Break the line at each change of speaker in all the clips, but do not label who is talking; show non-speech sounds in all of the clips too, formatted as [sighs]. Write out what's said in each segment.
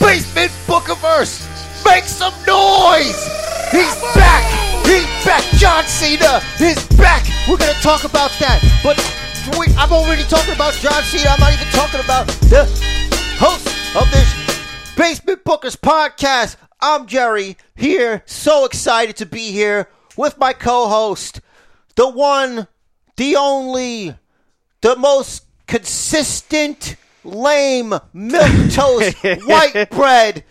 Basement Book of Verse. Make some noise. He's back. He's back. John Cena is back. We're going to talk about that. But wait, I'm already talking about John Cena. I'm not even talking about the host of this Basement Bookers podcast. I'm Jerry here. So excited to be here with my co host, the one, the only, the most consistent lame milk toast white bread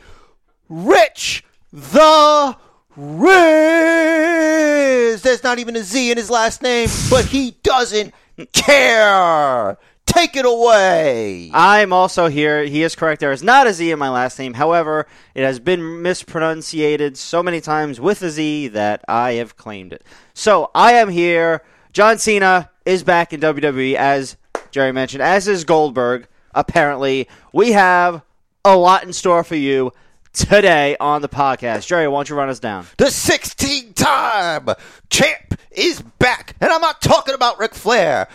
rich the riz there's not even a z in his last name but he doesn't care take it away
I'm also here. He is correct. There is not a Z in my last name. However, it has been mispronunciated so many times with a Z that I have claimed it. So I am here. John Cena is back in WWE, as Jerry mentioned, as is Goldberg. Apparently, we have a lot in store for you today on the podcast. Jerry, why don't you run us down?
the 16 time champ is back and i'm not talking about Ric flair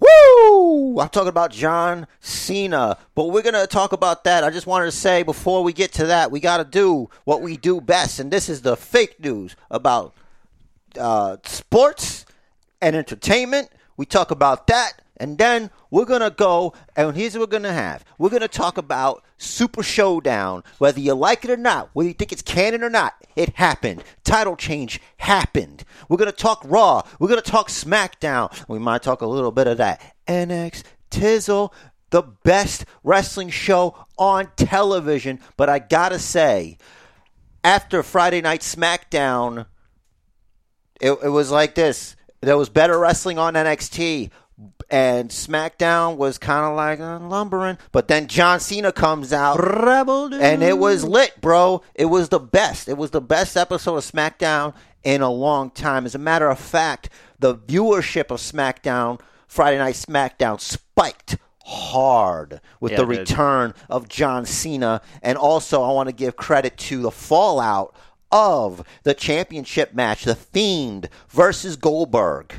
Woo! I'm talking about John Cena, but we're going to talk about that. I just wanted to say before we get to that, we got to do what we do best, and this is the fake news about uh, sports and entertainment. We talk about that, and then we're going to go, and here's what we're going to have we're going to talk about Super Showdown, whether you like it or not, whether you think it's canon or not, it happened. Title change happened. We're going to talk Raw, we're going to talk SmackDown. We might talk a little bit of that. NX Tizzle, the best wrestling show on television, but I got to say, after Friday Night SmackDown, it, it was like this. There was better wrestling on NXT, and SmackDown was kind of like uh, lumbering. But then John Cena comes out, and it was lit, bro. It was the best. It was the best episode of SmackDown in a long time. As a matter of fact, the viewership of SmackDown, Friday Night SmackDown, spiked hard with
Yeah,
the
it did.
return of John Cena. And also, I want to give credit to the fallout of the championship match, The Fiend versus Goldberg.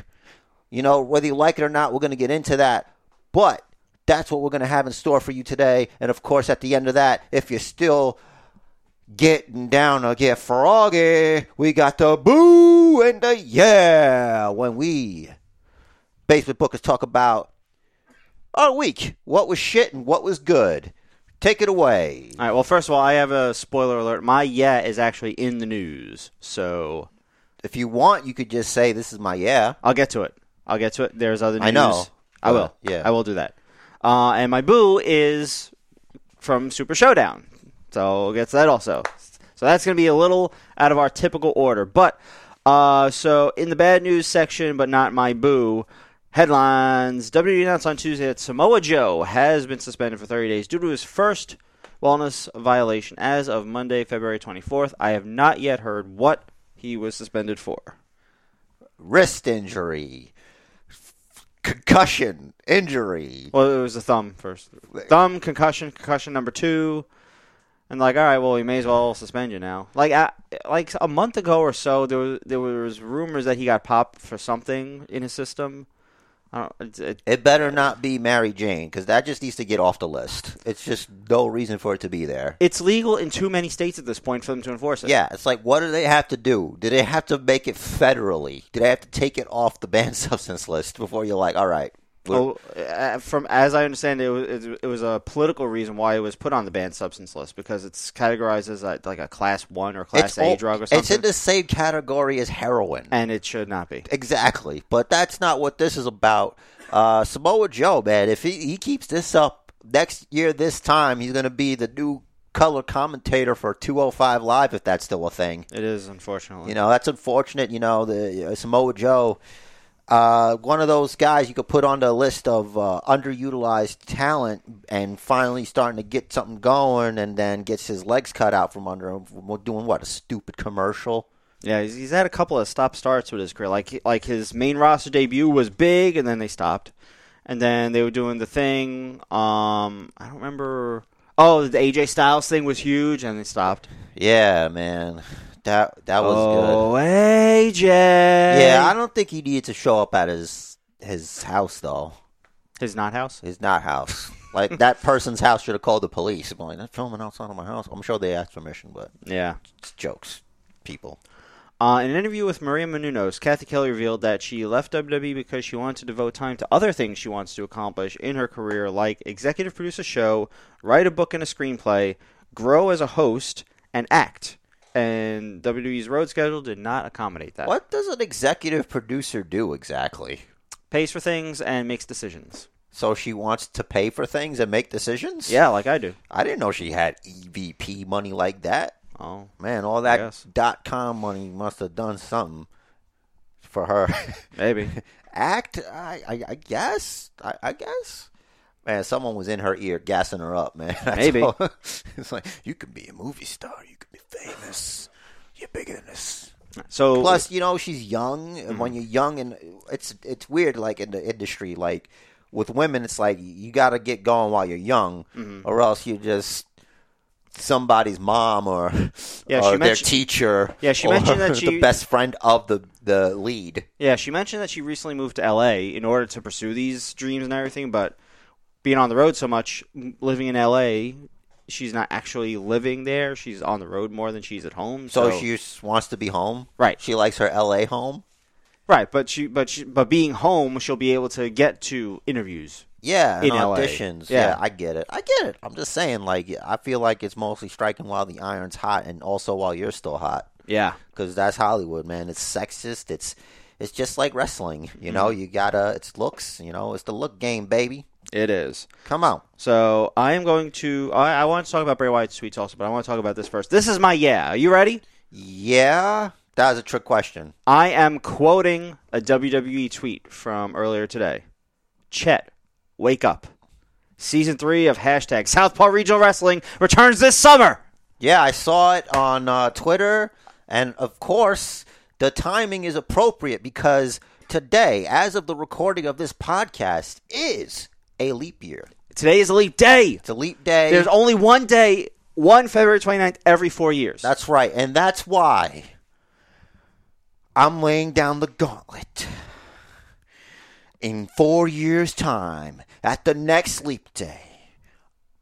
You know, whether you like it or not, we're going to get into that. But that's what we're going to have in store for you today. And of course, at the end of that, if you're still getting down to get froggy, we got the boo and the yeah when we basement bookers talk about our week, what was shit and what was good. Take it away.
All right. Well, first of all, I have a spoiler alert. My yeah is actually in the news, so
If you want, you could just say this is my yeah.
I'll get to it. I'll get to it. There's other news.
I know.
I will.
But, yeah.
I will do that. Uh, and my boo is from Super Showdown. So we'll get to that also. So that's going to be a little out of our typical order. But uh, so in the bad news section, but not my boo, headlines WWE announced on Tuesday that Samoa Joe has been suspended for 30 days due to his first wellness violation as of Monday, February 24th. I have not yet heard what he was suspended for.
Wrist injury, concussion, injury.
Well, it was the thumb first. Thumb concussion, concussion number two, and like, all right, well, we may as well suspend you now. Like, I, like a month ago or so, there was, there was rumors that he got popped for something in his system. I don't. It's, it,
It better not be Mary Jane because that just needs to get off the list. It's just no reason for it to be there.
it's legal in too many states at this point for them to enforce it.
Yeah, it's like, what do they have to do? Do they have to make it federally? Do they have to take it off the banned [laughs] substance list before you're like, all right, we're-
Oh, uh, from as I understand it, it was, it was a political reason why it was put on the banned substance list because it's categorized as a, like a class one or class A
all-
drug or something,
it's in the same category as heroin.
and it should not be.
Exactly, but that's not what this is about. Uh, Samoa Joe, man, if he, he keeps this up next year, this time he's going to be the new color commentator for 205 Live, if that's still a thing.
It is unfortunately.
You know, that's unfortunate. You know, the uh, Samoa Joe, uh, one of those guys you could put on the list of uh, underutilized talent, and finally starting to get something going, and then gets his legs cut out from under him. from Doing what? A stupid commercial.
Yeah, he's, he's had a couple of stop starts with his career. Like like his main roster debut was big, and then they stopped, and then they were doing the thing. Um, I don't remember. Oh, the AJ Styles thing was huge, and they stopped.
Yeah, man, that that was good.
oh, AJ.
Yeah, I
Yeah,
don't think he needed to show up at his his house though.
his not house.
[laughs] His not house. Like that person's house should have called the police. I'm like, they're filming outside of my house. I'm sure they asked permission, but
Yeah.
it's jokes, people.
Uh, in an interview with Maria Menounos, Kathy Kelly revealed that she left WWE because she wanted to devote time to other things she wants to accomplish in her career, like executive produce a show, write a book and a screenplay, grow as a host, and act. And WWE's road schedule did not accommodate that.
What does an executive producer do exactly?
Pays for things and makes decisions.
So she wants to pay for things and make decisions?
Yeah, like I do.
I didn't know she had EVP money like that.
Oh,
Man, all that
Yes.
dot com money must have done something for
[laughs]
her. [laughs]
maybe.
Act, I, I, I guess, I, I guess. Man, someone was in her ear gassing her up, man. [laughs] I
Maybe.
told her. it's like you could be a movie star, you could be famous, you're bigger than this.
So
Plus, you know, she's young. And when
Mm-hmm.
you're young, and it's it's weird, like in the industry, like with women, it's like you got to get going while you're young,
Mm-hmm.
or else you're just somebody's mom or
Yeah,
or
she
their
mentioned-
teacher.
Yeah, she
or [laughs]
mentioned that she-
the best friend of the the lead.
Yeah, she mentioned that she recently moved to LA in order to pursue these dreams and everything, but being on the road so much, m- living in LA, she's not actually living there. She's on the road more than she's at home.
So
So,
she just wants to be home.
Right.
She likes her L.A. home.
right, but she but she, but being home, she'll be able to get to interviews.
Yeah,
In
and
LA.
auditions.
Yeah.
Yeah. I get it. I get it. I'm just saying, like, I feel like it's mostly striking while the iron's hot, and also while you're still hot.
Yeah,
because that's Hollywood, man. It's sexist. It's it's just like wrestling, you know. You gotta. It's looks, you know. It's the look game, baby.
it is.
Come on.
So I am going to. I, I want to talk about Bray Wyatt's tweets also, but I want to talk about this first. This is my yeah. Are you ready?
Yeah, that was a trick question.
I am quoting a WWE tweet from earlier today. Chet, wake up. Season three of hashtag Southpaw Regional Wrestling returns this summer.
Yeah, I saw it on uh, Twitter, and of course, the timing is appropriate because today, as of the recording of this podcast, is a leap year.
Today is a leap day.
It's a leap day.
There's only one day, one February 29th every four years.
that's right, and that's why I'm laying down the gauntlet. In four years' time, at the next leap day,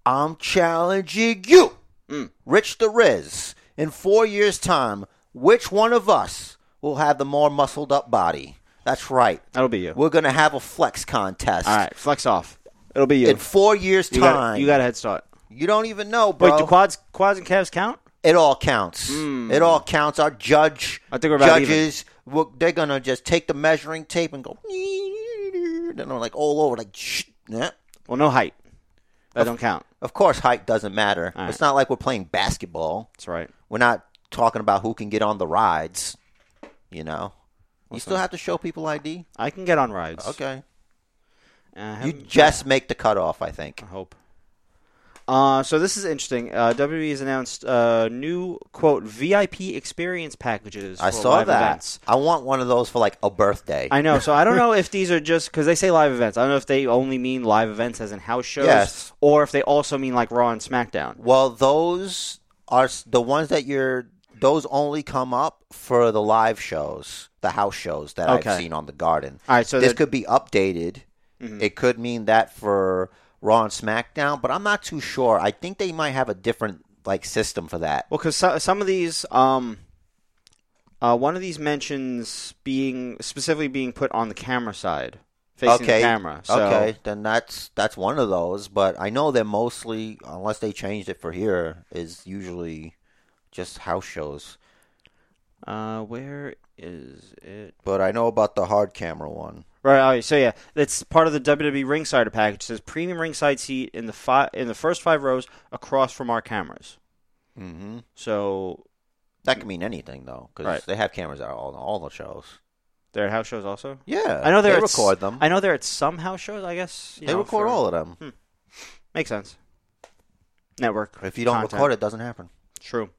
I'm challenging you,
Mm.
Rich the Riz. In four years' time, which one of us will have the more muscled up body? That's right.
That'll be you.
We're going to have a flex contest.
All right, flex off. It'll be you.
In four years'
you,
time,
got, you got a head start.
you don't even know, bro.
Wait, do quads, quads and calves count?
It all counts. It all counts. Our judge,
Hmm. I think we're about
judges, will- they're gonna just take the measuring tape and go, and I'm like all over, like, shh, yeah.
Well, no height. That don't count.
Of course, height doesn't matter.
All right.
It's not like we're playing basketball.
That's right.
We're not talking about who can get on the rides. You know, you still have to show people ID.
I can get on rides.
Okay,
Uh, I
you
haven't-
just make the cutoff. I think.
I hope. Uh, so this is interesting. Uh, WWE has announced uh, new quote VIP experience packages.
I
for
saw
live
that.
Events.
I want one of those for like a birthday.
I know. So I
[laughs]
don't know if these are just because they say live events. I don't know if they only mean live events as in house shows,
Yes.
or if they also mean like Raw and SmackDown.
Well, those are s- the ones that you're. Those only come up for the live shows, the house shows that
Okay.
I've seen on the Garden.
All right. So Mm-hmm.
this
they're-
could be updated. It could mean that for Raw and SmackDown, but I'm not too sure. I think they might have a different like system for that.
well, because so, some of these, um, uh, one of these mentions being specifically being put on the camera side, facing
okay,
the camera. So,
okay, then that's that's one of those. But I know they're mostly, unless they changed it for here, is usually just house shows.
Uh, where is it?
But I know about the hard camera one.
Right. All right. So yeah, that's part of the WWE ringside package. It says premium ringside seat in the fi- in the first five rows across from our cameras.
hmm
So
That could mean anything though, because
Right.
they have cameras out on all the shows.
they're at house shows also.
Yeah,
I know they're
Uh, they
at s-
record them.
I know they're at some house shows. I guess you
they
know,
record
for-
all of them.
Makes sense. Network.
If you don't
content.
record, it doesn't happen.
true.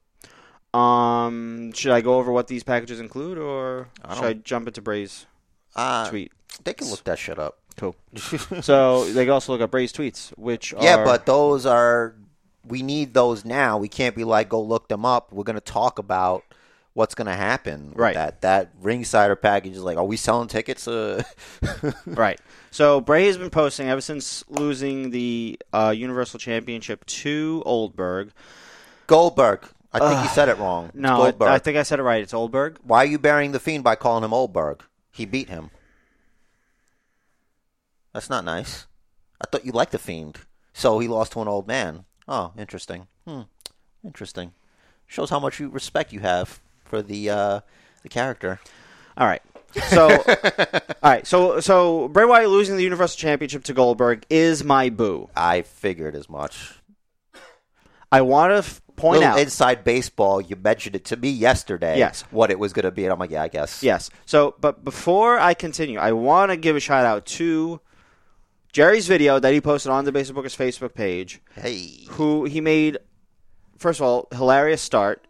Um, should I go over what these packages include, or
I
should I jump into Bray's
Uh, [laughs]
tweet?
They can look that shit up.
Cool. so they can also look up Bray's tweets, which
Yeah,
are-
but those are we need those now. We can't be like, go look them up. We're gonna talk about what's going to happen. with
Right.
That that ringsider package is like, are we selling tickets? Uh,
Right. So Bray has been posting ever since losing the uh, Universal Championship to Oldberg.
[laughs] Goldberg. I think you said it wrong. It's
No, I,
Goldberg.
I think I said it right. It's Oldberg.
Why are you burying the fiend by calling him Oldberg? He beat him. That's not nice. I thought you liked the fiend, so he lost to an old man. Oh, interesting. Hmm. Interesting. Shows how much you respect you have for the uh, the character.
All right. So, [laughs] all right. So, so Bray Wyatt losing the Universal Championship to Goldberg is my boo.
I figured as much.
I want to f- point
Little
out.
inside baseball. You mentioned it to me yesterday.
Yes.
What it was going to be, and I'm like, yeah, I guess.
Yes. So, but before I continue, I want to give a shout out to Jerry's video that he posted on the Basic Booker's Facebook page.
Hey.
Who he made, first of all, hilarious start.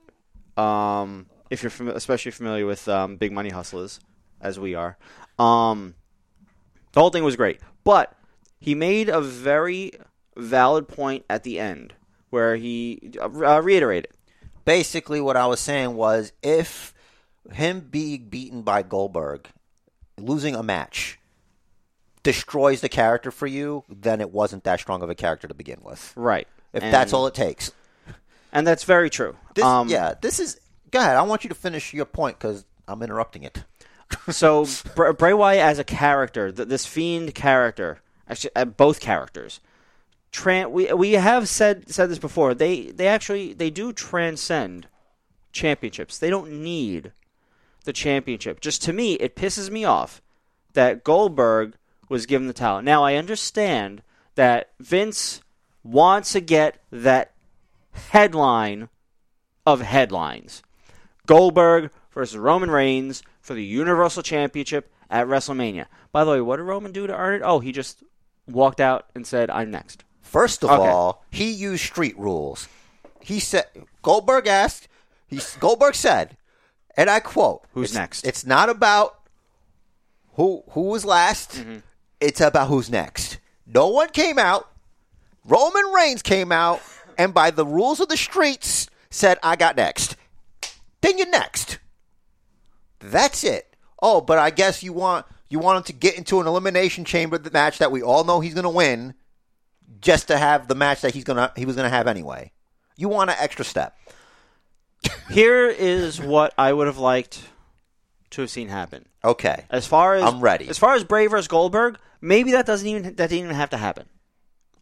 Um, if you're fami- especially familiar with um, Big Money Hustlers, as we are, um, the whole thing was great. But he made a very valid point at the end where he uh, reiterated.
basically what I was saying was if him being beaten by Goldberg, losing a match, destroys the character for you, then it wasn't that strong of a character to begin with.
Right.
If
And-
that's all it takes.
And that's very true.
This,
um,
yeah, this is. Go ahead. I want you to finish your point because I'm interrupting it.
so Br- Bray Wyatt as a character, th- this fiend character, actually uh, both characters, tran- we we have said said this before. They they actually they do transcend championships. They don't need the championship. Just to me, it pisses me off that Goldberg was given the title. Now I understand that Vince wants to get that headline of headlines. Goldberg versus Roman Reigns for the Universal Championship at WrestleMania. By the way, what did Roman do to earn it? Oh, he just walked out and said, "I'm next."
First of
Okay.
all, he used street rules. He said Goldberg asked. He Goldberg said, and I quote:
Who's
"It's-
next?"
It's not about who who was last.
Mm-hmm.
It's about who's next. No one came out. Roman Reigns came out, and by the rules of the streets, said, "I got next." Then you're next. That's it. Oh, but I guess you want you want him to get into an elimination chamber the match that we all know he's going to win just to have the match that he's gonna he was gonna have anyway. You want an extra step.
Here is what I would have liked to have seen happen.
Okay.
As far as
I'm ready.
As far as Bray versus Goldberg, maybe that doesn't even that didn't even have to happen.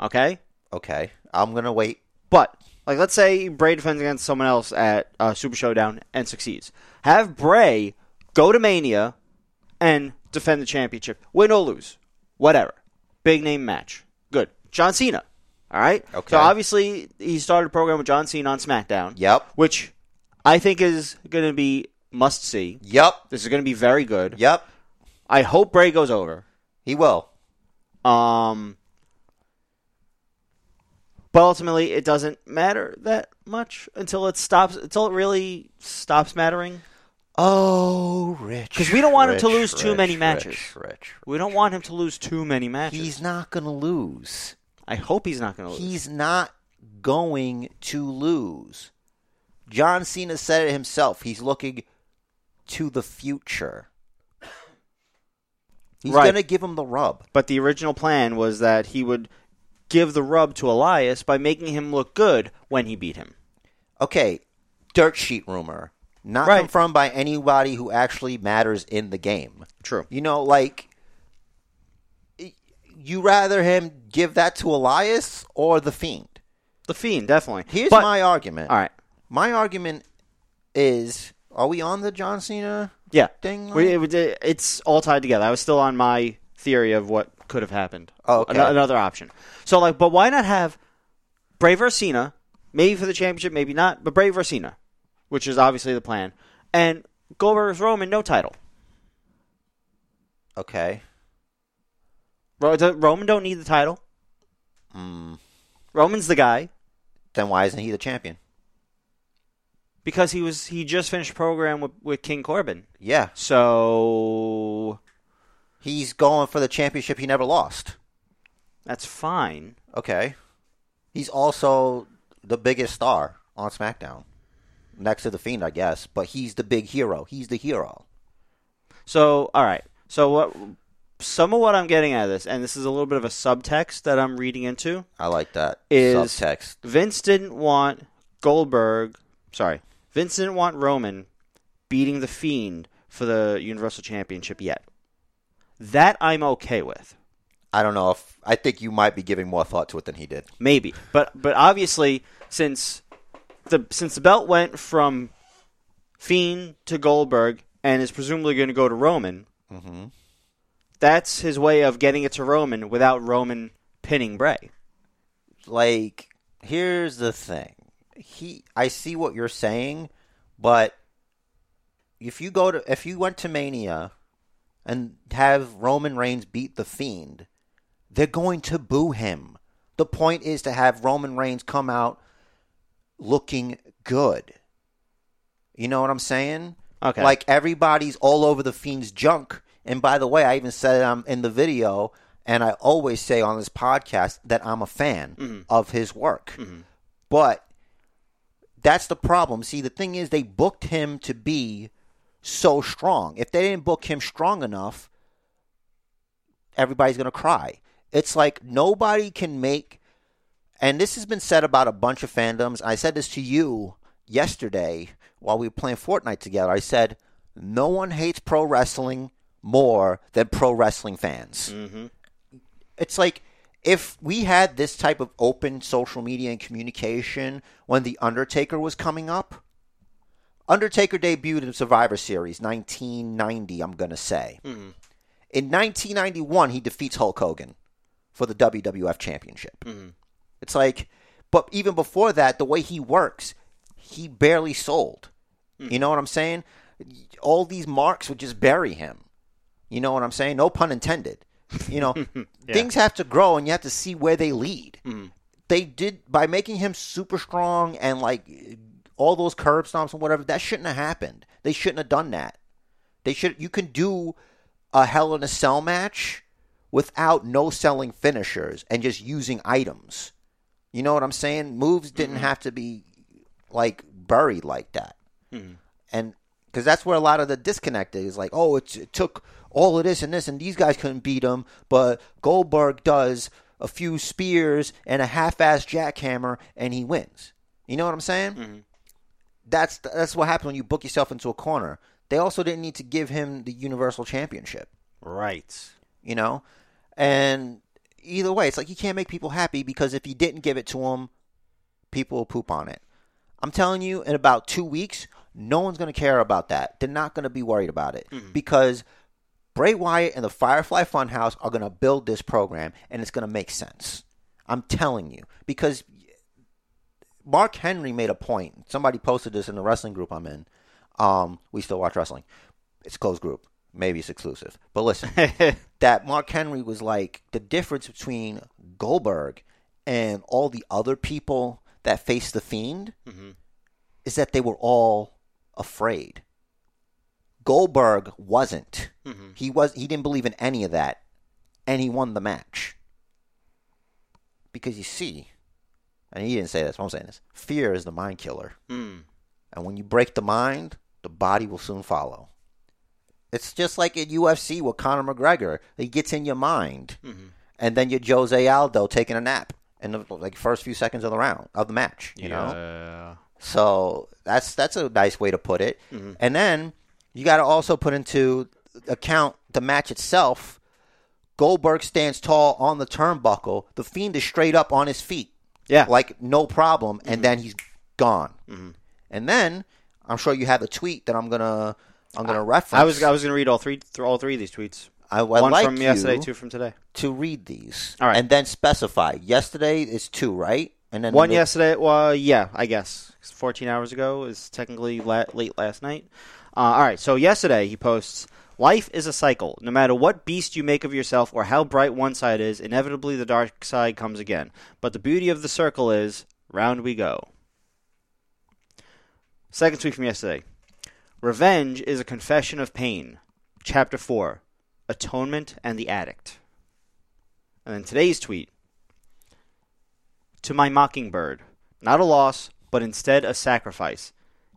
Okay,
Okay. I'm gonna wait.
but like let's say Bray defends against someone else at uh, Super Showdown and succeeds. Have Bray go to Mania and defend the championship, win or lose, whatever. Big name match, good. John Cena, all right.
Okay.
So obviously he started a program with John Cena on SmackDown.
Yep.
Which I think is going to be must see.
Yep.
This is going to be very good.
Yep.
I hope Bray goes over.
He will.
Um, but ultimately, it doesn't matter that much until it stops. Until it really stops mattering.
Oh, Rich.
'Cause we don't want him
Rich,
to lose too
Rich,
many
Rich,
matches.
Rich.
We don't want him to lose too many matches.
He's not gonna lose.
I hope he's not going to lose.
He's not going to lose. John Cena said it himself. He's looking to the future. He's
Right.
gonna give him the rub.
but the original plan was that he would give the rub to Elias by making him look good when he beat him.
okay, dirt sheet rumor, not
Right.
confirmed by anybody who actually matters in the game.
True.
You know, like y- you rather him give that to Elias or the Fiend.
The Fiend, definitely.
Here's
But-
my argument.
All right.
My argument is: Are we on the John Cena?
Yeah.
Ding.
We, it, it- it's all tied together. I was still on my theory of what could have happened.
Oh, okay.
Ano- another option. So, like, but why not have Bray versus Cena, maybe for the championship, maybe not, but Bray versus Cena, which is obviously the plan, and Goldberg versus Roman, no title.
Okay.
Ro- the- Roman don't need the title.
Hmm.
Roman's the guy
Then why isn't he the champion?
because he was he just finished a program with, with King Corbin.
Yeah,
So
he's going for the championship he never lost.
that's fine.
Okay. He's also the biggest star on SmackDown. next to the Fiend, I guess. But he's the big hero. He's the hero.
So, all right. So, what some of what I'm getting out of this, and this is a little bit of a subtext that I'm reading into.
I like that
Is-
subtext.
Vince didn't want Goldberg. Sorry, Vince didn't want Roman beating the Fiend for the Universal Championship yet. That I'm okay with.
I don't know if I think you might be giving more thought to it than he did.
maybe. But but obviously, since the since the belt went from Fiend to Goldberg and is presumably going to go to Roman, that's his way of getting it to Roman without Roman pinning Bray.
like here's the thing he i see what you're saying but if you go to if you went to mania and have roman reigns beat the fiend they're going to boo him the point is to have roman reigns come out looking good you know what i'm saying
Okay.
like everybody's all over the fiend's junk and by the way i even said i'm in the video and i always say on this podcast that i'm a fan of his work but that's the problem see the thing is they booked him to be so strong if they didn't book him strong enough everybody's going to cry it's like nobody can make and this has been said about a bunch of fandoms. I said this to you yesterday while we were playing Fortnite together. I said, no one hates pro wrestling more than pro wrestling fans. Mm-hmm. It's like if we had this type of open social media and communication when The Undertaker was coming up. Undertaker debuted in Survivor Series 1990, I'm going to say. In 1991, he defeats Hulk Hogan for the WWF Championship. It's like, but even before that, the way he works, he barely sold. You know what I'm saying? All these marks would just bury him. You know what I'm saying? No pun intended. You know, things have to grow and you have to see where they lead. They did, by making him super strong and like all those curb stomps and whatever, that shouldn't have happened. They shouldn't have done that. They should. You can do a Hell in a Cell match without no selling finishers and just using items. You know what I'm saying? Moves didn't have to be like buried like that, and because that's where a lot of the disconnect is. Like, oh, it's, it took all of this and this, and these guys couldn't beat him, but Goldberg does a few spears and a half-ass jackhammer, and he wins. You know what I'm saying? that's that's what happens when you book yourself into a corner. They also didn't need to give him the Universal Championship,
Right.
you know. And either way, it's like you can't make people happy because if you didn't give it to them, people will poop on it. I'm telling you, in about two weeks, no one's going to care about that. They're not going to be worried about it because Bray Wyatt and the Firefly Funhouse are going to build this program, and it's going to make sense. I'm telling you because Mark Henry made a point. Somebody posted this in the wrestling group I'm in. Um, we still watch wrestling. It's a closed group. Maybe it's exclusive. But listen, that Mark Henry was like the difference between Goldberg and all the other people that faced the Fiend is that they were all afraid. Goldberg wasn't. He was. He didn't believe in any of that, and he won the match. Because you see, and he didn't say this. But I'm saying this: fear is the mind killer, and when you break the mind, the body will soon follow. It's just like in UFC with Conor McGregor. He gets in your mind, and then you're Jose Aldo taking a nap in the like first few seconds of the round of the match. You know, so that's that's a nice way to put it.
Mm-hmm.
And then you got to also put into account the match itself. Goldberg stands tall on the turnbuckle. The Fiend is straight up on his feet,
Yeah.
like no problem.
Mm-hmm.
And then he's gone. And then I'm sure you have a tweet that I'm gonna I'm gonna reference.
I was I was going to read all three th- all three of these tweets.
I, would
One
like
from yesterday,
you
two from today.
to read these,
All right.
and then specify. Yesterday is two, right? And then
One
the-
yesterday. Well, yeah, I guess 'Cause 14 hours ago is technically la- late last night. Uh, all right. So yesterday he posts: "Life is a cycle. No matter what beast you make of yourself or how bright one side is, inevitably the dark side comes again. But the beauty of the circle is round we go." Second tweet from yesterday: "Revenge is a confession of pain." Chapter four: Atonement and the Addict. And then today's tweet to my mockingbird. Not a loss, but instead a sacrifice.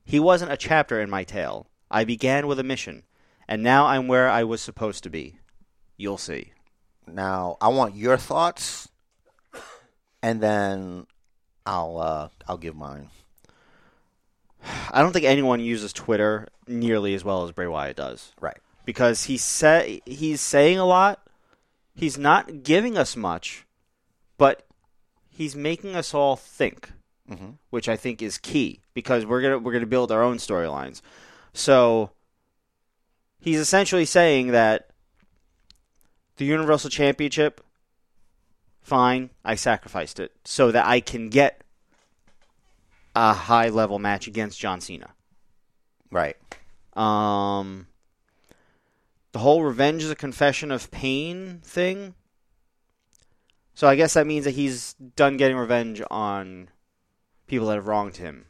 He wasn't a chapter in my tale. I began with a mission, and now I'm where I was supposed to be. You'll see.
Now I want your thoughts, and then I'll uh, I'll give mine.
I don't think anyone uses Twitter nearly as well as Bray Wyatt does
Right.
because he sa- he's saying a lot. He's not giving us much, but he's making us all think, which I think is key because we're gonna we're gonna build our own storylines. So he's essentially saying that the Universal Championship, fine, I sacrificed it so that I can get a high level match against John Cena.
Right.
Um, the whole revenge is a confession of pain thing. So I guess that means that he's done getting revenge on people that have wronged him,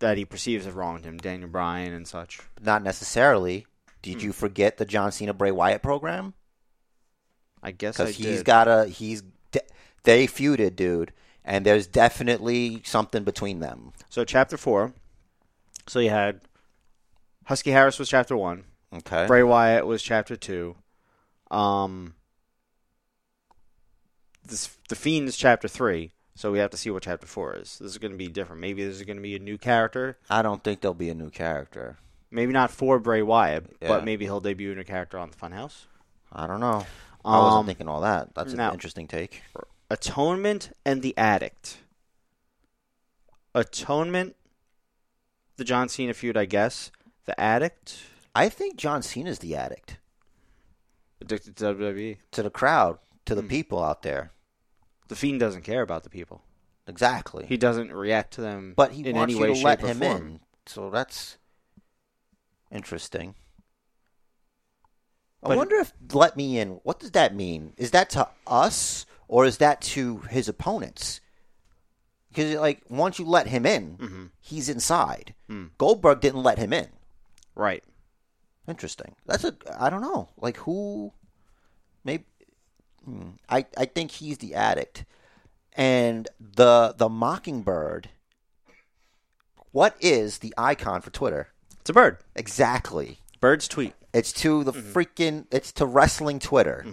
that he perceives have wronged him, Daniel Bryan and such.
Not necessarily. Did you forget the John Cena Bray Wyatt program?
I guess I
Because he's
did.
got a he's de- they feuded, dude, and there's definitely something between them.
so chapter four. So you had Husky Harris was chapter one.
Okay.
Bray Wyatt was chapter two. Um, this the Fiend is chapter three, so we have to see what chapter four is. This is going to be different. Maybe this is going to be a new character.
I don't think there'll be a new character.
Maybe not for Bray Wyatt,
Yeah.
but maybe he'll debut a new character on the Funhouse.
I don't know. I wasn't
Um,
thinking all that. That's
no.
an interesting take.
Atonement and the Addict. Atonement, the John Cena feud, I guess. The Addict,
I think John Cena's the addict
addicted to WWE.
to the crowd, to
Hmm.
the people out there.
The Fiend doesn't care about the people.
Exactly.
He doesn't react to them,
but he
in
wants
any
you
way,
to
shape,
let
or
him
form.
in. So that's interesting. I
But-
wonder if "let me in." What does that mean? Is that to us or is that to his opponents? Because like once you let him in,
Mm-hmm.
he's inside.
Mm.
Goldberg didn't let him in.
Right.
Interesting. That's a I don't know. Like who? Maybe hmm. I I think he's the addict, and the the Mockingbird. What is the icon for Twitter
It's a bird.
exactly?
Birds tweet.
It's to the freaking. It's to wrestling Twitter.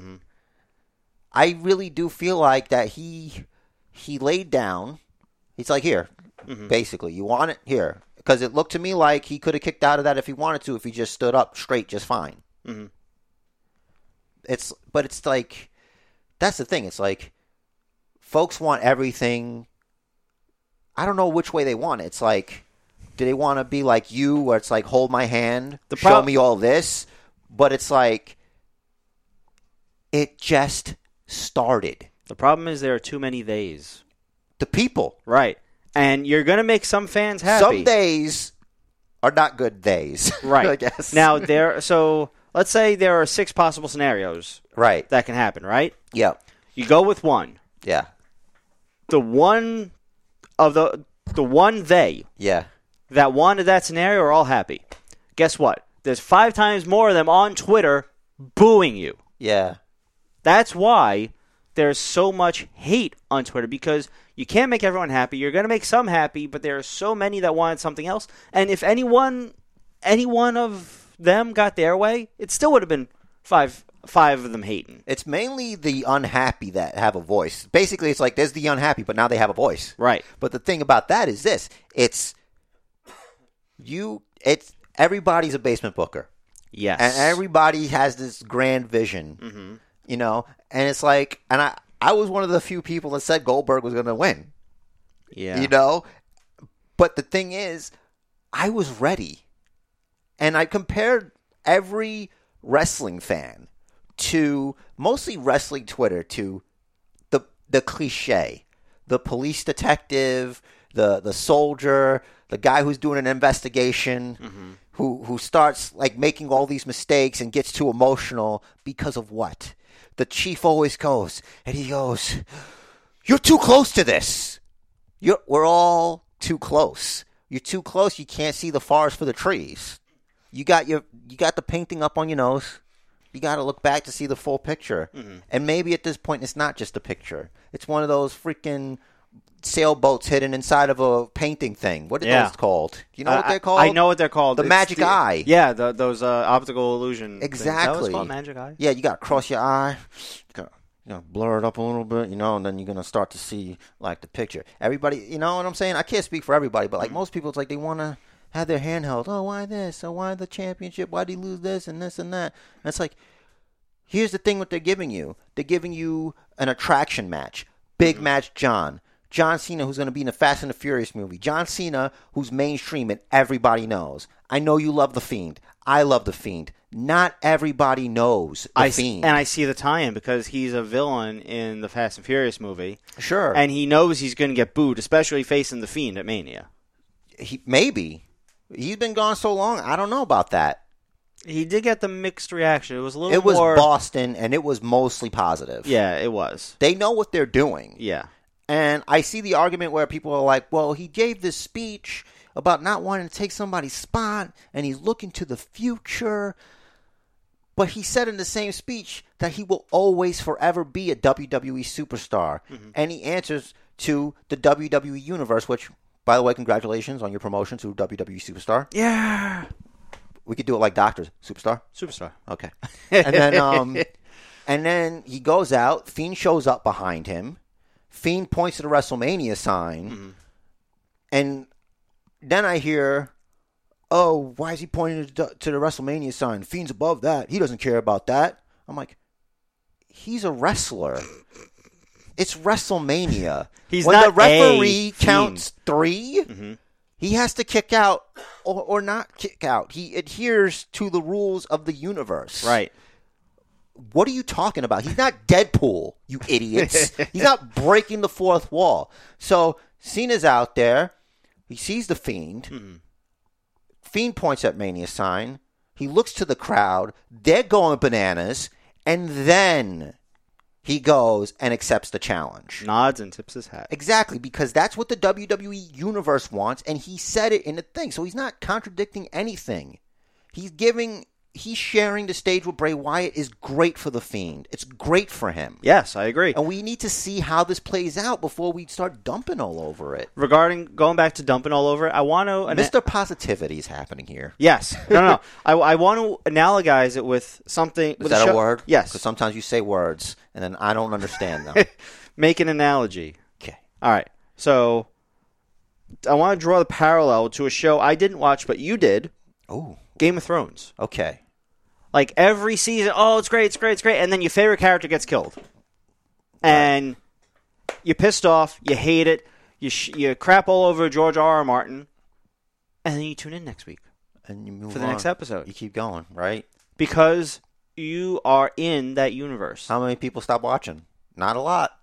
I really do feel like that he he laid down. He's like here,
Mm-hmm.
basically. You want it here because it looked to me like he could have kicked out of that if he wanted to, if he just stood up straight, just fine.
Mm-hmm.
It's but it's like that's the thing. It's like folks want everything. I don't know which way they want it. It's like, do they want to be like you, where it's like, hold my hand,
The
show
prob-
me all this? But it's like, it just started.
The problem is there are too many theys.
The people.
Right. And you're gonna make some fans happy.
Some days are not good days. [laughs]
Right.
I guess.
Now there so let's say there are six possible scenarios
right.
that can happen, right?
Yeah.
You go with one.
Yeah.
The one of the the one they
Yeah.
that wanted that scenario are all happy. Guess what? There's five times more of them on Twitter booing you.
Yeah.
That's why there's so much hate on Twitter because you can't make everyone happy. You're going to make some happy, but there are so many that wanted something else. And if anyone, any one of them got their way, it still would have been five, five of them hating.
It's mainly the unhappy that have a voice. Basically, it's like there's the unhappy, but now they have a voice.
Right.
But the thing about that is this: it's you. It's everybody's a basement booker,
Yes.
and everybody has this grand vision,
Mm-hmm.
you know. And it's like, and I, I was one of the few people that said Goldberg was going to win,
yeah.
you know. But the thing is, I was ready, and I compared every wrestling fan to mostly wrestling Twitter to the the cliche, the police detective, the the soldier, the guy who's doing an investigation, who who starts like making all these mistakes and gets too emotional because of what? The chief always goes and he goes, "You're too close to this. You're, we're all too close. You're too close. You can't see the forest for the trees. You got your you got the painting up on your nose." you got to look back
Mm-hmm.
to see the full picture. And maybe at this point, it's not just a picture. It's one of those freaking sailboats hidden inside of a painting thing. What are
Yeah.
those called? You know
Uh,
what
I-
they're called?
I know what they're called.
The magic eye.
Yeah, the, those uh, optical illusion. things. Is that what it's
Exactly.
called? magic eye.
Yeah, you got to cross your eye. You gotta, you gotta blur it up a little bit, you know, and then you're gonna start to see like the picture. Everybody, you know what I'm saying? I can't speak for everybody, but like most people, it's like they wanna have their hand held. Oh, why this? Oh, why the championship? Why do you lose this and this and that? And it's like, here's the thing: what they're giving you, they're giving you an attraction match, big
Mm-hmm.
match, John. John Cena, who's going to be in the Fast and the Furious movie. John Cena, who's mainstream and everybody knows. I know you love The Fiend. I love The Fiend. Not everybody knows The
I s-
Fiend.
and I see the tie-in because he's a villain in the Fast and Furious movie,
sure.
and he knows he's going to get booed, especially facing the Fiend at Mania.
he, maybe. He's been gone so long. I don't know about that.
He did get the mixed reaction. It was a little.
It was
more,
Boston, and it was mostly positive.
Yeah, it was.
They know what they're doing.
Yeah,
And I see the argument where people are like, well, he gave this speech about not wanting to take somebody's spot and he's looking to the future. But he said in the same speech that he will always, forever be a WWE superstar. And he answers to the WWE Universe, which, by the way, congratulations on your promotion to WWE Superstar.
yeah,
We could do it like doctors, Superstar.
superstar. [laughs]
Okay. And then um and then he goes out, Fiend shows up behind him. Fiend points to the WrestleMania sign.
Mm-hmm.
And then I hear, "Oh, why is he pointing to the, to the WrestleMania sign? Fiend's above that. He doesn't care about that." I'm like, "He's a wrestler." It's WrestleMania.
[laughs] He's
when the
not a
referee
Fiend. Mm-hmm.
counts 3 he has to kick out or, or not kick out. He adheres to the rules of the universe.
Right.
What are you talking about? He's not Deadpool, you idiots. He's not breaking the fourth wall. So Cena's out there. He sees the Fiend. Fiend points at Mania sign. He looks to the crowd. They're going bananas. And then he goes and accepts the challenge.
Nods and tips his hat.
Exactly, because that's what the WWE universe wants, and he said it in the thing. So he's not contradicting anything. He's giving, he's sharing the stage with Bray Wyatt is great for the Fiend. It's great for him,
Yes, I agree.
and we need to see how this plays out before we start dumping all over it.
Regarding going back to dumping all over, I want to.
Mister Positivity is happening here.
Yes. No, no. no. [laughs] I, I want to analogize it with something.
Is that a word?
Yes.
Because sometimes you say words and then I don't understand
[laughs]
them.
Make an analogy.
okay.
All right. So I want to draw the parallel to a show I didn't watch, but you did
Oh.
Game of Thrones.
Okay.
Like every season, oh, it's great, it's great, it's great. And then your favorite character gets killed. And you're pissed off, you hate it, you, sh- you crap all over George R. R. Martin. And then you tune in next week
And you move
for the
on.
next episode
You keep going, right?
because you are in that universe.
How many people stop watching? Not a lot.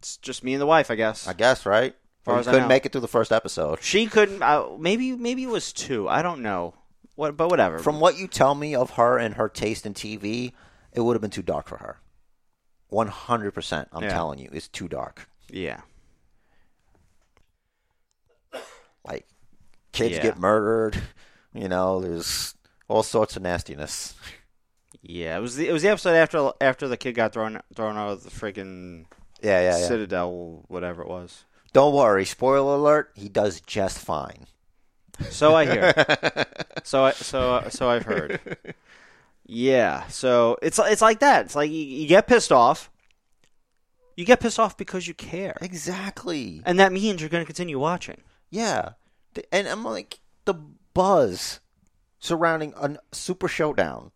It's just me and the wife, I guess.
I guess, right?
far
Or
as I
couldn't
know.
make it through the first episode.
She couldn't. Uh, maybe maybe it was two. I don't know. What? But whatever.
From what you tell me of her and her taste in TV, it would have been too dark for her. 100%, I'm
Yeah.
telling you, it's too dark.
yeah.
Like, kids
Yeah.
get murdered, [laughs] you know, there's all sorts of nastiness. [laughs]
Yeah, it was the it was the episode after after the kid got thrown thrown out of the freaking
Yeah, yeah, yeah.
citadel, whatever it was.
Don't worry, spoiler alert, he does just fine.
So I hear.
[laughs]
so I so I- so I've heard. Yeah, so it's it's like that. It's like you, you get pissed off. You get pissed off because you care,
Exactly.
and that means you're going to continue watching.
Yeah. Th- And I'm like, the buzz surrounding a Super Showdown,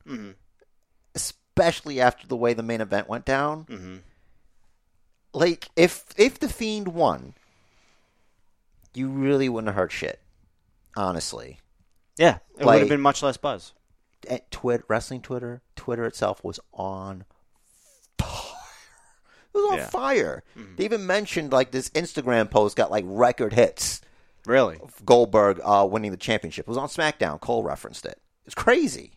especially after the way the main event went down. Like, if if The Fiend won, you really wouldn't have heard shit, honestly.
Yeah, it would
Like-
have been much less buzz.
At Twitter, wrestling Twitter, Twitter itself was on fire. It was on
Yeah.
fire. They even mentioned, like, this Instagram post got, like, record hits.
Really?
Goldberg uh, winning the championship. It was on SmackDown. Cole referenced it. It's crazy.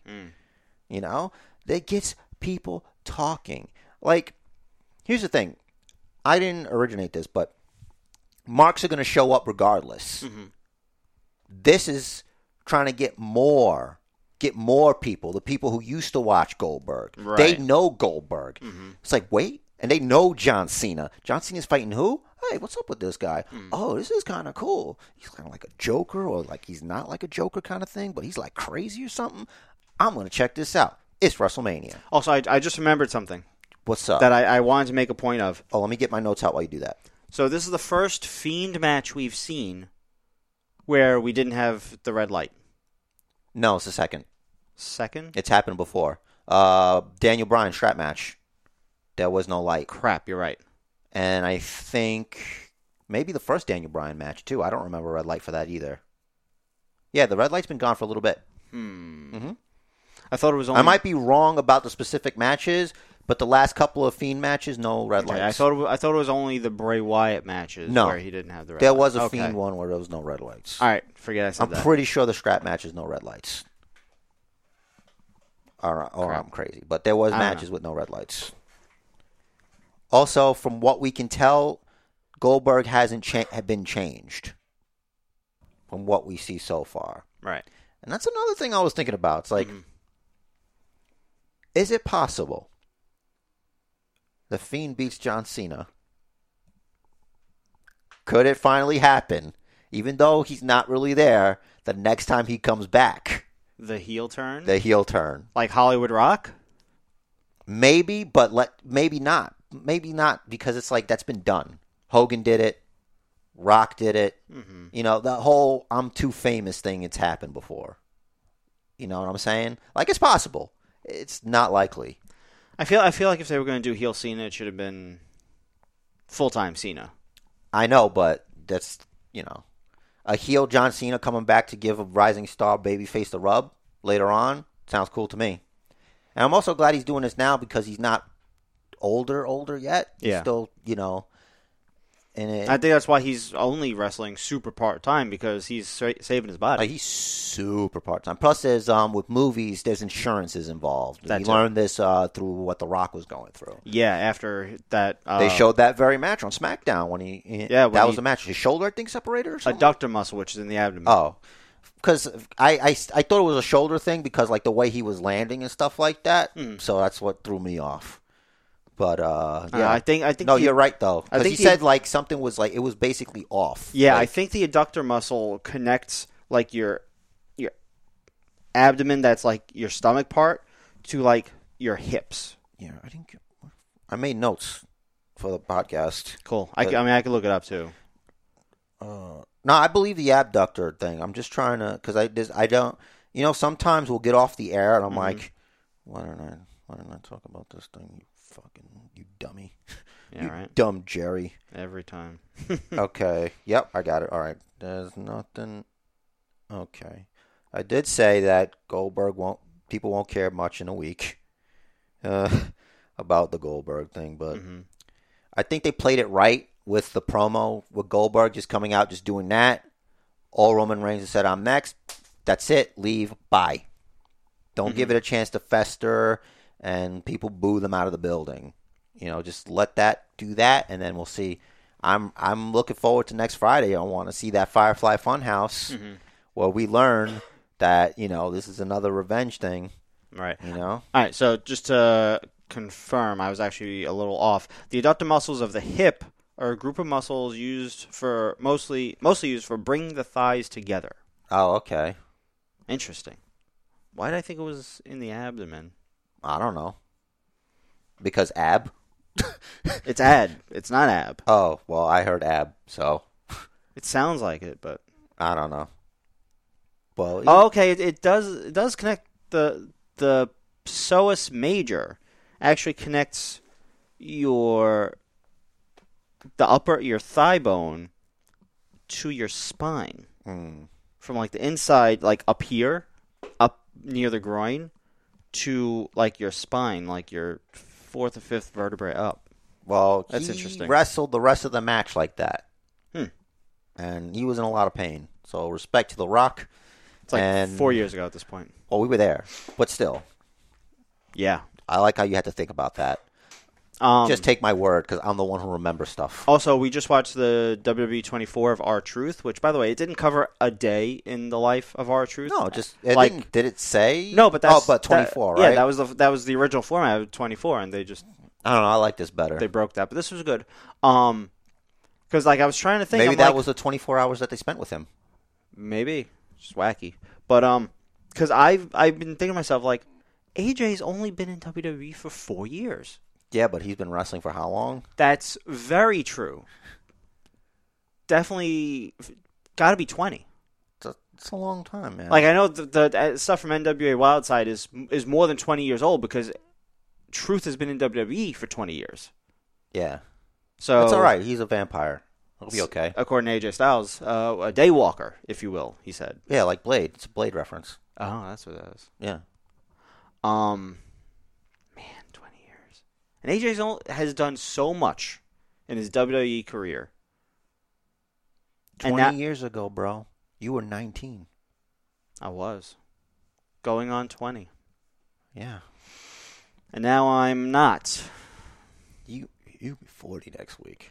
You know, that gets people talking. Like, here's the thing. I didn't originate this, but marks are going to show up regardless.
Mm-hmm.
This is trying to get more, get more people. The people who used to watch Goldberg, they
Right. Mm-hmm.
know Goldberg. It's like wait, and they know John Cena. John Cena's fighting who? hey, what's up with this guy?
Mm.
Oh, this is kind of cool. He's kind of like a Joker, or like he's not like a Joker kind of thing, but he's like crazy or something. I'm gonna check this out. It's WrestleMania.
Also, I, I just remembered something
What's up?
that I, I wanted to make a point of.
oh, let me get my notes out while you do that.
So this is the first Fiend match we've seen where we didn't have the red light.
No, it's the second.
Second?
It's happened before. Uh, Daniel Bryan strap match. There was no light,
Crap, you're right.
and I think maybe the first Daniel Bryan match too. I don't remember red light for that either. Yeah, the red light's been gone for a little bit.
I thought it was only.
I might be wrong about the specific matches, but the last couple of Fiend matches, no red
Okay,
lights.
I thought it, wa- I thought it was only the Bray Wyatt matches
No.
where he didn't have the red.
there
light.
was a
Okay.
Fiend one where there was no red lights.
All right, forget I said
I'm
that.
pretty sure the strap matches no red lights. All right, or
Crap.
I'm crazy, but there was
I don't know.
matches with no red lights. Also, from what we can tell, Goldberg hasn't cha- have been changed from what we see so far.
right.
And that's another thing I was thinking about. It's like, is it possible the Fiend beats John Cena? Could it finally happen? Even though he's not really there, the next time he comes back,
The heel turn,
the heel turn.
like Hollywood Rock.
Maybe, but let maybe not. Maybe not because it's like that's been done. Hogan did it. Rock did it. You know, the whole I'm too famous thing it's happened before. You know what I'm saying? Like it's possible. It's not likely.
I feel I feel like if they were going to do heel Cena, it should have been full time Cena.
I know, but that's you know, a heel John Cena coming back to give a rising star babyface the rub later on sounds cool to me. And I'm also glad he's doing this now because he's not older, older yet. He's
Yeah.
still, you know, and it,
I think that's why he's only wrestling super part time because he's sa- saving his body.
like, he's super part time. Plus, there's um with movies, there's insurances involved.
That
we
too.
learned this uh, through what The Rock was going through.
yeah, after that, uh,
They showed that very match on SmackDown when he
Yeah, when
that was
he-
the match his shoulder I think separator or
a
something.
ductor muscle, which is in the abdomen.
Oh, because I, I, I thought it was a shoulder thing because like the way he was landing and stuff like that. So that's what threw me off. But uh,
Hmm. Uh,
yeah,
I think I think
no,
he-
you're right though.
I
Because he
think he-
said like something was like it was basically off.
Yeah, I
Like,
think the adductor muscle connects like your your abdomen that's like your stomach part to like your hips.
yeah, I think I made notes for the podcast.
Cool. I, c- I mean I could look it up too.
Uh, No, I believe the abductor thing. I'm just trying to because I just I don't. You know, sometimes we'll get off the air and I'm
Mm-hmm.
like, why don't I why don't I talk about this thing? You fucking you dummy, [laughs]
Yeah,
you
right.
dumb Jerry.
Every time. [laughs]
okay. Yep, I got it. All right. There's nothing. Okay. I did say that Goldberg won't. People won't care much in a week uh, [laughs] about the Goldberg thing, but I think they played it right with the promo with Goldberg just coming out, just doing that. All Roman Reigns said, "I'm next." That's it. Leave. Bye. Don't give it a chance to fester and people boo them out of the building. You know, just let that do that, and then we'll see. I'm I'm looking forward to next Friday. I want to see that Firefly Funhouse where we learn that you know this is another revenge thing.
Right.
You know,
All right, so just to confirm, I was actually a little off. The adductor muscles of the hip are a group of muscles used for mostly mostly used for bringing the thighs together.
oh okay,
Interesting. Why did I think it was in the abdomen?
I don't know because ab.
It's ad. It's not ab.
Oh well, I heard ab, so
It sounds like it, but
I don't know. Well,
Oh, okay, it, it does it does connect the the psoas major actually connects your the upper your thigh bone to your spine
mm,
from like the inside like up here up near the groin to like your spine like your fourth or fifth vertebrae up.
well,
That's
he
interesting.
Wrestled the rest of the match like that,
Hmm.
and he was in a lot of pain. So respect to The Rock.
It's like
And-
4 years ago at this point.
Well, we were there, but still,
Yeah.
I like how you had to think about that.
Um,
Just take my word, because I'm the one who remembers stuff.
Also, we just watched the WWE 24 of Our Truth, which, by the way, it didn't cover a day in the life of Our Truth.
No, just it
like
didn't, did it say?
no, but that's
oh, but
that-
24, right?
Yeah, that was the that was the original format of 24, and they just
I don't know. I like this better.
they broke that, but this was good. Um, Because like I was trying to think,
Maybe
I'm
that
like,
was the 24 hours that they spent with him.
maybe just wacky. But um, because I've I've been thinking to myself like, AJ's only been in WWE for four years.
Yeah, but he's been wrestling for how long?
That's very true. Definitely, got to be twenty.
It's a, it's a long time, man.
Like I know the, the uh, stuff from NWA Wildside is is more than twenty years old because Truth has been in WWE for twenty years.
yeah,
So uh,
it's all right. He's a vampire. He'll be okay.
According to AJ Styles, uh, a day walker, if you will, he said.
Yeah, like Blade. It's a Blade reference.
Oh, that's what that was.
Yeah,
Um, man, twenty years, and AJ's only, has done so much in his WWE career.
20
now-
years ago, bro. You were 19.
I was going on twenty,
Yeah,
and now I'm not.
you you be 40 next week.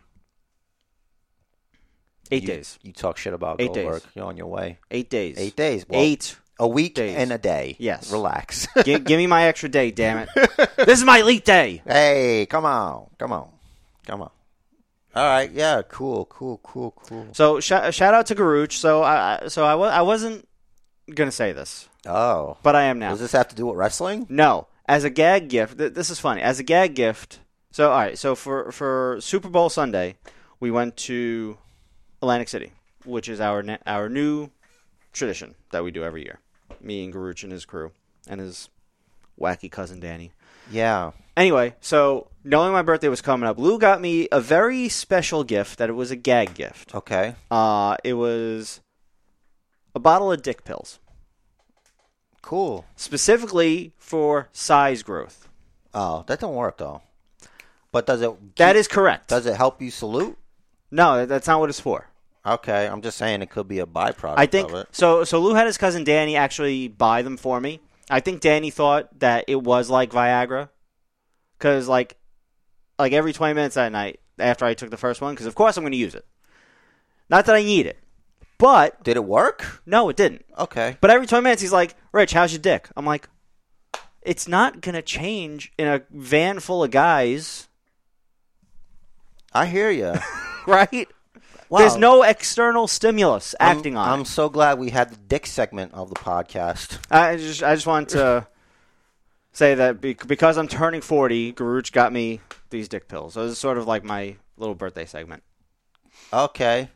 Eight
You-
days.
You talk shit about
Eight
Goldberg.
days.
You're on your way.
Eight days.
Eight days. Well,
Eight.
A week
days.
and a day.
Yes.
Relax. [laughs]
Gi- give me my extra day, damn it. this is my elite day.
hey, come on, come on, come on. All right. Yeah. Cool. Cool. Cool. Cool.
So sh- shout out to Garuch. So I I- so I was I wasn't gonna say this,
Oh.
but I am now.
Does this have to do with wrestling?
No, as a gag gift. Th- this is funny. As a gag gift. So all right. So for for Super Bowl Sunday, we went to Atlantic City, which is our ne- our new tradition that we do every year. Me and Garuch and his crew and his wacky cousin Danny.
Yeah.
Anyway, so knowing my birthday was coming up, Lou got me a very special gift that it was a gag gift.
Okay.
Uh, it was a bottle of dick pills,
Cool.
specifically for size growth.
Oh, that don't work though. But does it
That is correct.
does it help you salute?
no, that- that's not what it's for.
Okay, I'm just saying it could be a byproduct.
I think
of it.
so. So Lou had his cousin Danny actually buy them for me. I think Danny thought that it was like Viagra, because like, like every twenty minutes that night after I took the first one, because of course I'm going to use it. Not that I need it, but
Did it work?
no, it didn't.
Okay.
But every 20 minutes, he's like, Rich, how's your dick? I'm like, it's not going to change in a van full of guys,
I hear you.
right?
Wow.
There's no external stimulus
I'm-
[laughs] acting on
I'm
it.
so glad we had the dick segment of the podcast.
I just, I just want to [laughs] say that be- because I'm turning 40, Garuch got me these dick pills. So this is sort of like my little birthday segment.
Okay.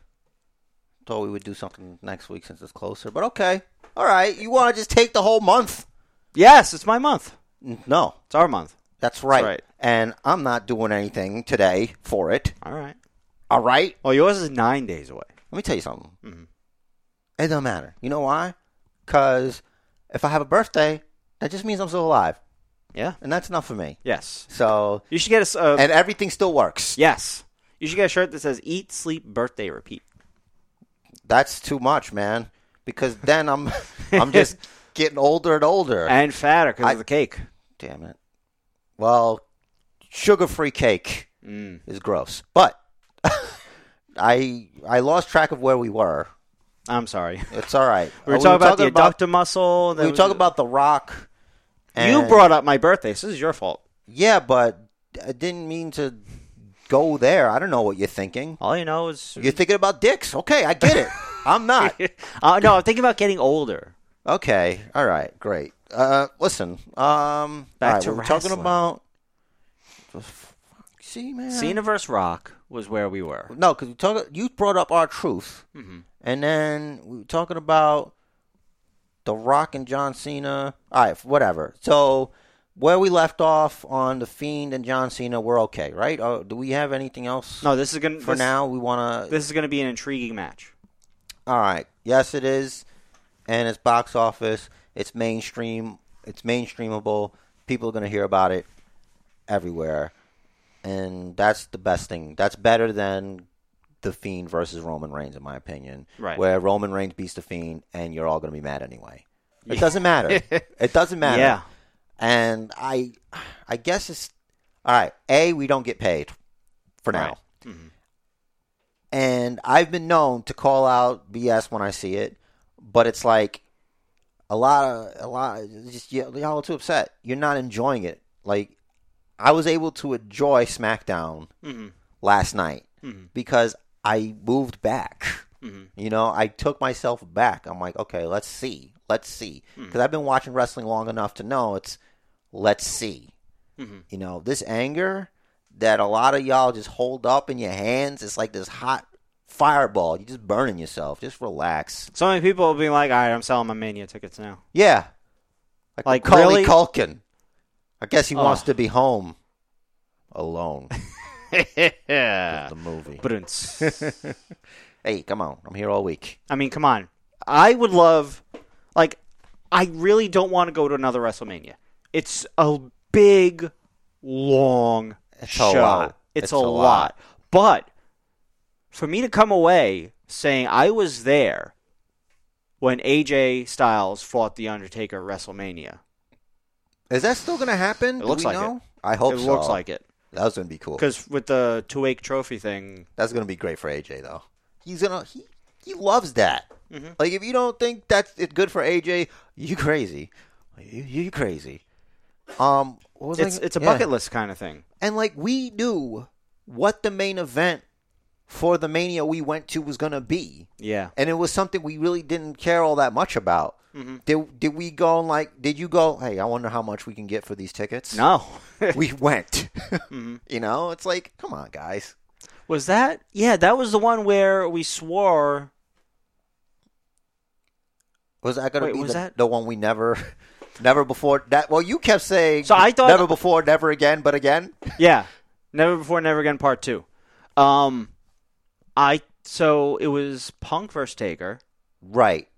Thought we would do something next week since it's closer, but okay. All right. You want to just take the whole month?
Yes, it's my month.
N- No,
It's our month.
that's right.
right.
And I'm not doing anything today for it.
All right.
All right.
Well, yours is nine days away.
Let me tell you something.
Mm-hmm.
It don't matter. You know why? Because if I have a birthday, that just means I'm still alive,
Yeah.
and that's enough for me.
Yes.
So,
You should get a. s- Uh,
and everything still works.
yes. You should get a shirt that says "Eat, Sleep, Birthday, Repeat."
That's too much, man. Because then I'm, [laughs] I'm
[laughs]
just getting older and older.
and fatter because
I-
of the cake.
Damn it. Well, sugar-free cake
Mm.
is gross, but [laughs] I I lost track of where we were.
I'm sorry. [laughs]
It's all right.
We were
Uh,
talking about the adductor muscle.
we were talking about the Rock.
you
and-
brought up my birthday, so this is your fault.
Yeah, but I didn't mean to go there. I don't know what you're thinking.
All you know is
You're thinking about dicks. Okay, I get it. I'm not.
[laughs] uh, no. I'm thinking about getting older.
Okay. All right. Great. Uh, listen. Um,
Back
all right,
to
we we're
wrestling.
talking about. See, man.
Cena versus Rock was where we were.
No, because you talk, you brought up our truth,
Mm-hmm.
and then we were talking about the Rock and John Cena. All right, whatever. So where we left off on the Fiend and John Cena, we're okay, right? Uh, do we have anything else
No, this is gonna
for
this,
now? We want to.
This is gonna be an intriguing match.
All right. Yes, it is, and it's box office. It's mainstream. It's mainstreamable. People are gonna hear about it everywhere, and that's the best thing. That's better than the Fiend versus Roman Reigns, in my opinion.
Right.
Where Roman Reigns beats the Fiend, and you're all gonna be mad anyway. It doesn't
[laughs]
matter. it doesn't matter.
Yeah.
And I, I guess it's all right. A, we don't get paid for now
Right.
and I've been known to call out BS when I see it, but it's like a lot of a lot it's just y- y'all are too upset. You're not enjoying it. Like I was able to enjoy SmackDown last night because I moved back. You know, I took myself back. I'm like, okay, let's see, let's see, because I've been watching wrestling long enough to know it's let's see.
Mm-hmm.
You know, this anger that a lot of y'all just hold up in your hands, it's like this hot fireball. You're just burning yourself. Just relax.
So many people will be like, all right, I'm selling my Mania
[laughs]
tickets now.
Yeah. Like,
Like,
Macaulay
really?
Culkin. I guess he wants
Ugh.
to be home
[laughs]
alone.
yeah.
the movie. [laughs] Hey, come on. I'm here all week.
I mean, come on. I would love, like, I really don't want to go to another WrestleMania. It's a big, long
It's a
show.
lot.
It's,
It's
a,
a
lot.
lot.
But for me to come away saying I was there when AJ Styles fought The Undertaker at WrestleMania,
Is that still going to happen?
It
Do
looks
we
like
know? I hope
it
so.
looks like it.
That's going to be cool.
Because with the two wake trophy thing,
That's going to be great for AJ, though. He's going to, he, he loves that.
Mm-hmm.
Like, if you don't think that's it good for AJ, you crazy. You, you crazy. Um, what was I
it's
gonna-
it's a
yeah.
bucket list kind of thing.
And like we knew what the main event for the mania we went to was gonna be.
Yeah.
And it was something we really didn't care all that much about.
Mm-hmm.
Did did we go and like did you go, hey, I wonder how much we can get for these tickets?
No. [laughs]
We went. [laughs]
Mm-hmm.
You know, it's like, come on guys.
Was that? Yeah, that was the one where we swore.
Was that gonna
Wait,
be
was
the,
that-
the one we never [laughs] never before that well you kept saying
So I thought-
never before, never again, but again?
Yeah, Never Before, Never Again Part Two. Um, I so it was Punk versus Taker,
Right.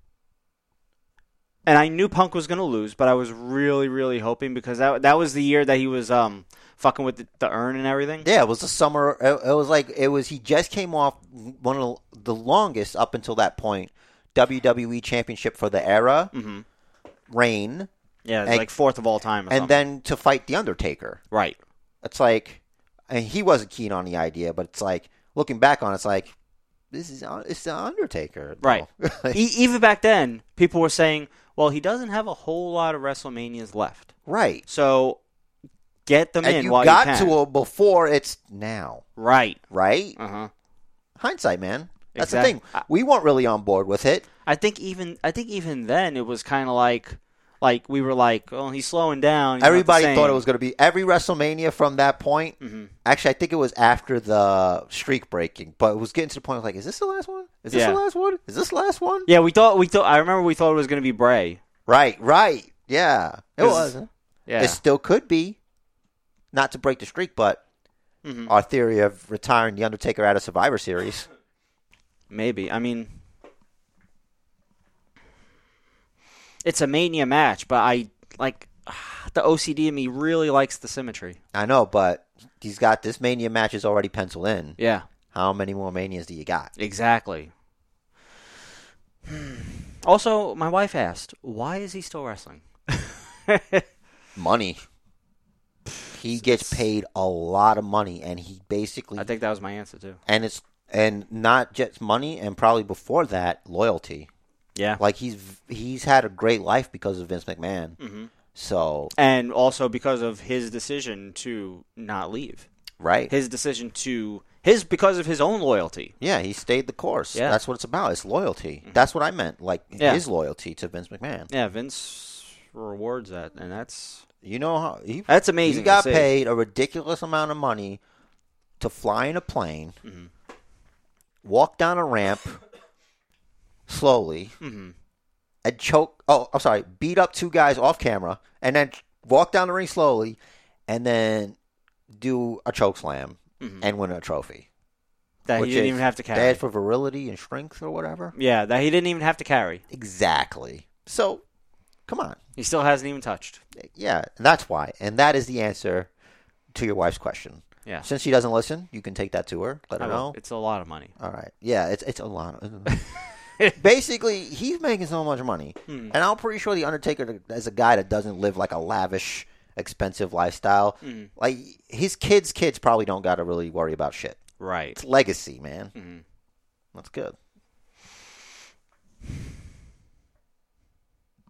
and I knew Punk was gonna lose, but I was really, really hoping because that that was the year that he was um fucking with the, the urn and everything.
Yeah, it was the summer. It, it was like it was. He just came off one of the, the longest up until that point WWE Championship for the era
Mhm.
reign,
Yeah, it's
And-
like fourth of all time, or
and
something.
then to fight the Undertaker.
right.
It's like, and he wasn't keen on the idea, but it's like looking back on, it, it's like this is it's the Undertaker, though.
Right. E- even back then, people were saying, "Well, he doesn't have a whole lot of WrestleManias left,
[laughs] right.
so get them in
And you
while
got
you can."
to him before it's now,
right.
right?
Uh huh.
Hindsight, man. That's
Exact-
the thing. We weren't really on board with it.
I think even I think even then it was kind of like like we were like, oh, he's slowing down. he's not the
Everybody thought it
same." Mm-hmm.
was going to be every WrestleMania from that point. Actually, I think it was after the streak breaking, but it was getting to the point of like, is this the last one? Is this
Yeah.
the last one? Is this the last one?
Yeah, we thought we thought. I remember we thought it was going to be Bray.
Right, right. Yeah. It
'Cause-
was. not
Yeah,
It still could be. Not to break the streak, but
Mhm.
our theory of retiring The Undertaker out of Survivor
[laughs]
Series.
maybe. I mean, it's a mania match, but I like [sighs] the OCD in me really likes the symmetry.
I know, but he's got this Mania match is already penciled in.
Yeah,
How many more Manias do you got?
exactly. [sighs] Also, my wife asked, "Why is he still wrestling?"
Money. He gets paid a lot of money, and he basically
I think that was my answer too.
and it's and not just money and probably before that loyalty
Yeah,
like he's he's had a great life because of vince mcmahon
Mm-hmm.
so
and also because of his decision to not leave
right
his decision to his because of his own loyalty
yeah he stayed the course
Yeah. Mm-hmm.
that's what it's about it's loyalty that's what i meant like
Yeah.
his loyalty to vince mcmahon
yeah vince rewards that and that's
you know how he,
that's
he
amazing to
got
see.
paid a ridiculous amount of money to fly in a plane
Mm-hmm.
walk down a ramp slowly
Mhm.
and choke. Oh, I'm sorry, beat up two guys off camera, and then walk down the ring slowly, and then do a choke slam
Mhm.
and win a trophy.
that
which
he didn't
is
even have to carry
Bad for virility and strength or whatever.
yeah that he didn't even have to carry
Exactly. So, come on,
he still hasn't even touched
yeah, that's why, and that is the answer to your wife's question.
yeah
Since she doesn't listen, you can take that to her. Let her
I
know.
will. it's a lot of money
All right. Yeah, it's it's a lot.
[laughs]
of- Basically, he's making so much money,
Hmm.
and I'm pretty sure the Undertaker is a guy that doesn't live like a lavish, expensive lifestyle.
Hmm.
Like his kids' kids probably don't got to really worry about shit.
right
It's legacy, man.
Hmm.
That's good.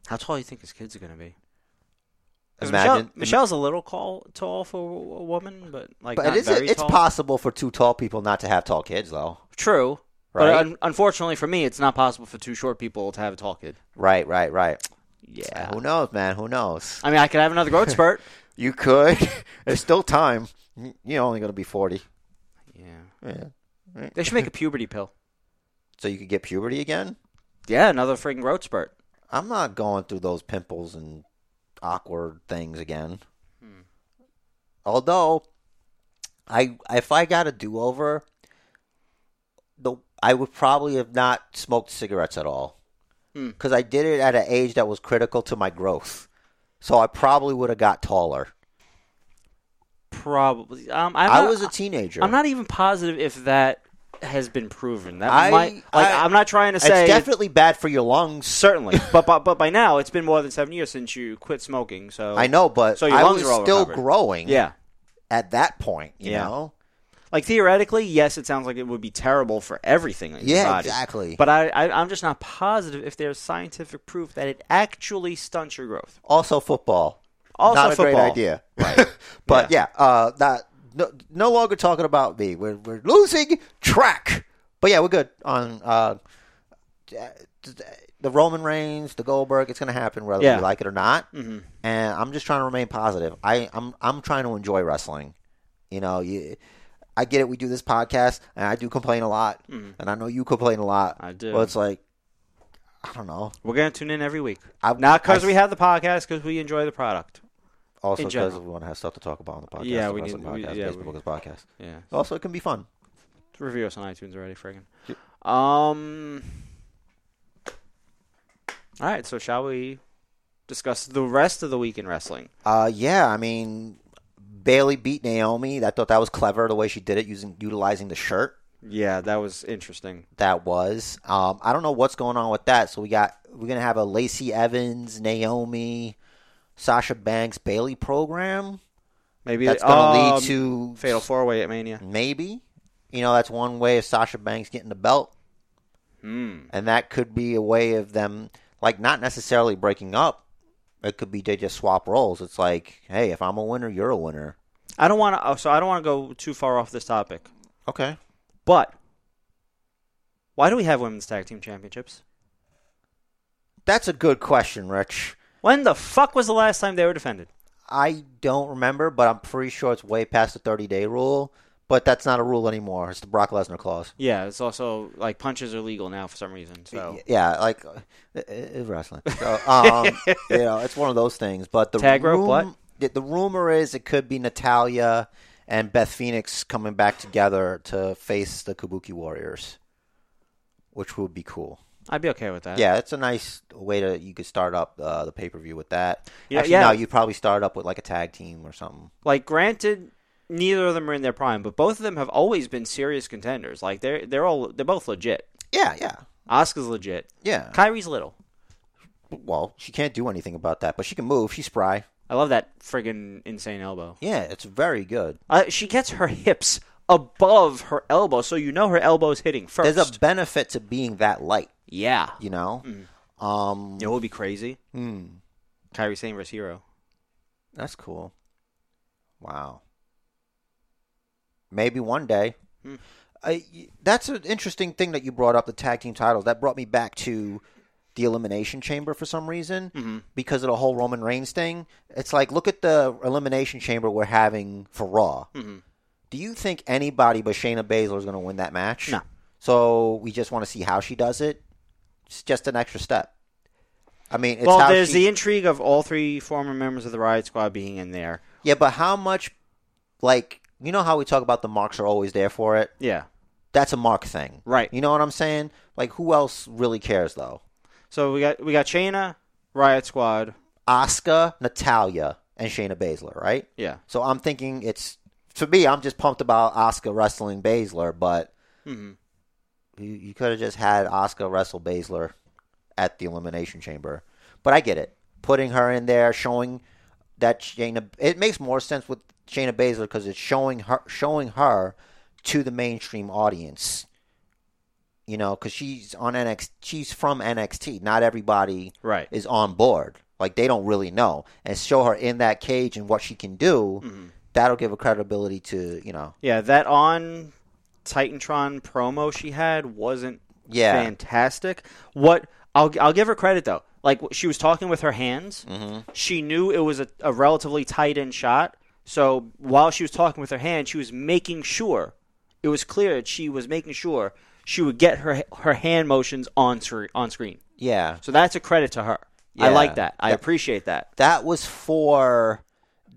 how tall do you think his kids are going to be 'Cause
Imagine,
Michelle, Michelle's a little call, tall for a woman, but like
but
not
it is
very
it's
tall.
possible for two tall people not to have tall kids, though.
True. But
Right.
un- unfortunately for me, it's not possible for two short people to have a talk kid.
Right, right, right.
Yeah.
Who knows, man? Who knows?
I mean, I could have another growth spurt.
You could. There's still time. You're only going to be 40.
Yeah.
[laughs] Yeah.
[laughs] They should make a puberty pill.
So you could get puberty again?
Yeah, another freaking growth spurt.
I'm not going through those pimples and awkward things again.
Hmm.
Although, I if I got a do over, the I would probably have not smoked cigarettes at all
Hmm.
because I did it at an age that was critical to my growth. So I probably would have got taller.
Probably. Um, I'm
i
not-
was a teenager.
I'm not even positive if that has been proven. That
I-
might. Like,
I-
I, am not trying to
It's
say.
definitely bad for your lungs.
certainly. [laughs] but, but but by now, it's been more than seven years since you quit smoking. So
I know, but
So your
I
lungs
was
are all
still
recovered.
growing
Yeah.
at that point. You
Yeah.
know,
Like theoretically, yes, it sounds like it would be terrible for everything in your
yeah,
body.
exactly.
But I, I, I'm just not positive if there's scientific proof that it actually stunts your growth.
also football.
Also,
not a great
football. [laughs]
idea. Right. [laughs] but yeah, uh, not, no, no longer talking about me. We're, we're losing track. But yeah, we're good on uh, the Roman Reigns, the Goldberg. It's going to happen whether
Yeah. Mm-hmm.
we like it or not. And I'm just trying to remain positive. I, I'm I'm trying to enjoy wrestling. You know, you, I get it. We do this podcast, and I do complain a lot, and I know you complain a lot.
Mm-hmm. I do.
Well, it's like I don't know.
We're gonna tune in every week,
I,
not because
I-
we have the podcast, because we enjoy the product.
also
in
because
general.
we want to have stuff to talk about on the podcast.
Yeah,
the
we
wrestling
need- we-
podcast,
yeah,
Facebook
we-
is podcast.
Yeah,
Also, it can be fun.
review us on iTunes already, friggin'. Um. All right, so shall we discuss the rest of the week in wrestling?
Uh, yeah, I mean, Bailey beat Naomi. I thought that was clever the way she did it using utilizing the shirt.
Yeah, that was interesting.
That was. Um, I don't know what's going on with that. So we got we're gonna have a Lacey Evans, Naomi, Sasha Banks, Bailey program
Maybe
that's gonna
um,
lead to
fatal four way at Mania.
maybe. You know, that's one way of Sasha Banks getting the belt.
Hmm.
and that could be a way of them like not necessarily breaking up it could be they just swap roles it's like hey if i'm a winner you're a winner
I don't want to. Oh, so I don't want to go too far off this topic.
okay
But why do we have women's tag team championships?
that's a good question rich
When the fuck was the last time they were defended?
i don't remember but i'm pretty sure it's way past the 30 day rule but that's not a rule anymore it's the brock lesnar clause
Yeah, it's also like punches are legal now for some reason. So
Y- yeah like uh, i- i- wrestling
[laughs]
so, um, you know it's one of those things but the
Tag rope,
rum-
what?
the- the rumor is it could be natalia and beth phoenix coming back together to face the kabuki warriors which would be cool
I'd be okay with that.
yeah it's a nice way to you could start up uh, the pay-per-view with that
Yeah,
Actually,
yeah.
no you'd probably start up with like a tag team or something
Like, granted, neither of them are in their prime, but both of them have always been serious contenders. Like they're they're all they're both legit.
yeah yeah
Oscar's legit.
yeah
Kyrie's little.
well she can't do anything about that but she can move she's spry
I love that friggin' insane elbow.
yeah it's very good
Uh, she gets her hips above her elbow, so you know her elbow's hitting first.
there's a benefit to being that light
yeah.
you know um
Mm. You know what would be crazy?
Mm,
Kyrie Sane versus Hero.
that's cool. Wow. Maybe one day.
Hmm.
I- y- that's an interesting thing that you brought up the tag team titles. That brought me back to the Elimination Chamber for some reason
Mm-hmm.
because of the whole Roman Reigns thing. It's like, look at the Elimination Chamber we're having for Raw.
Mhm.
Do you think anybody but Shayna Baszler is going to win that match?
No.
So we just want to see how she does it. It's just an extra step. I mean, it's
Well,
how
there's
she-
the intrigue of all three former members of the Riot Squad being in there.
Yeah, but how much, like, you know how we talk about the marks are always there for it?
Yeah.
That's a mark thing.
Right.
You know what I'm saying? Like, who else really cares, though?
So we got we got Shayna, Riot Squad.
Asuka, Natalia, and Shayna Baszler, right?
Yeah.
So I'm thinking it's, for me, I'm just pumped about Asuka wrestling Baszler, but
hmm
you, you could have just had Asuka wrestle Baszler at the Elimination Chamber. But I get it. Putting her in there, showing that Shayna, it makes more sense with Shayna Baszler because it's showing her, showing her to the mainstream audience. You know, because she's on NXT, she's from NXT. Not everybody
Right.
is on board. Like they don't really know, and show her in that cage and what she can do. That'll give a credibility to you know.
Yeah, that on Titantron promo she had wasn't
Yeah.
fantastic. What I'll I'll give her credit though. Like she was talking with her hands, she knew it was a, a relatively tight end shot. So while she was talking with her hand, she was making sure it was clear that she was making sure she would get her her hand motions on screen. On screen.
Yeah.
So that's a credit to her. I
Yeah.
like that. I
Yeah.
appreciate that.
That was for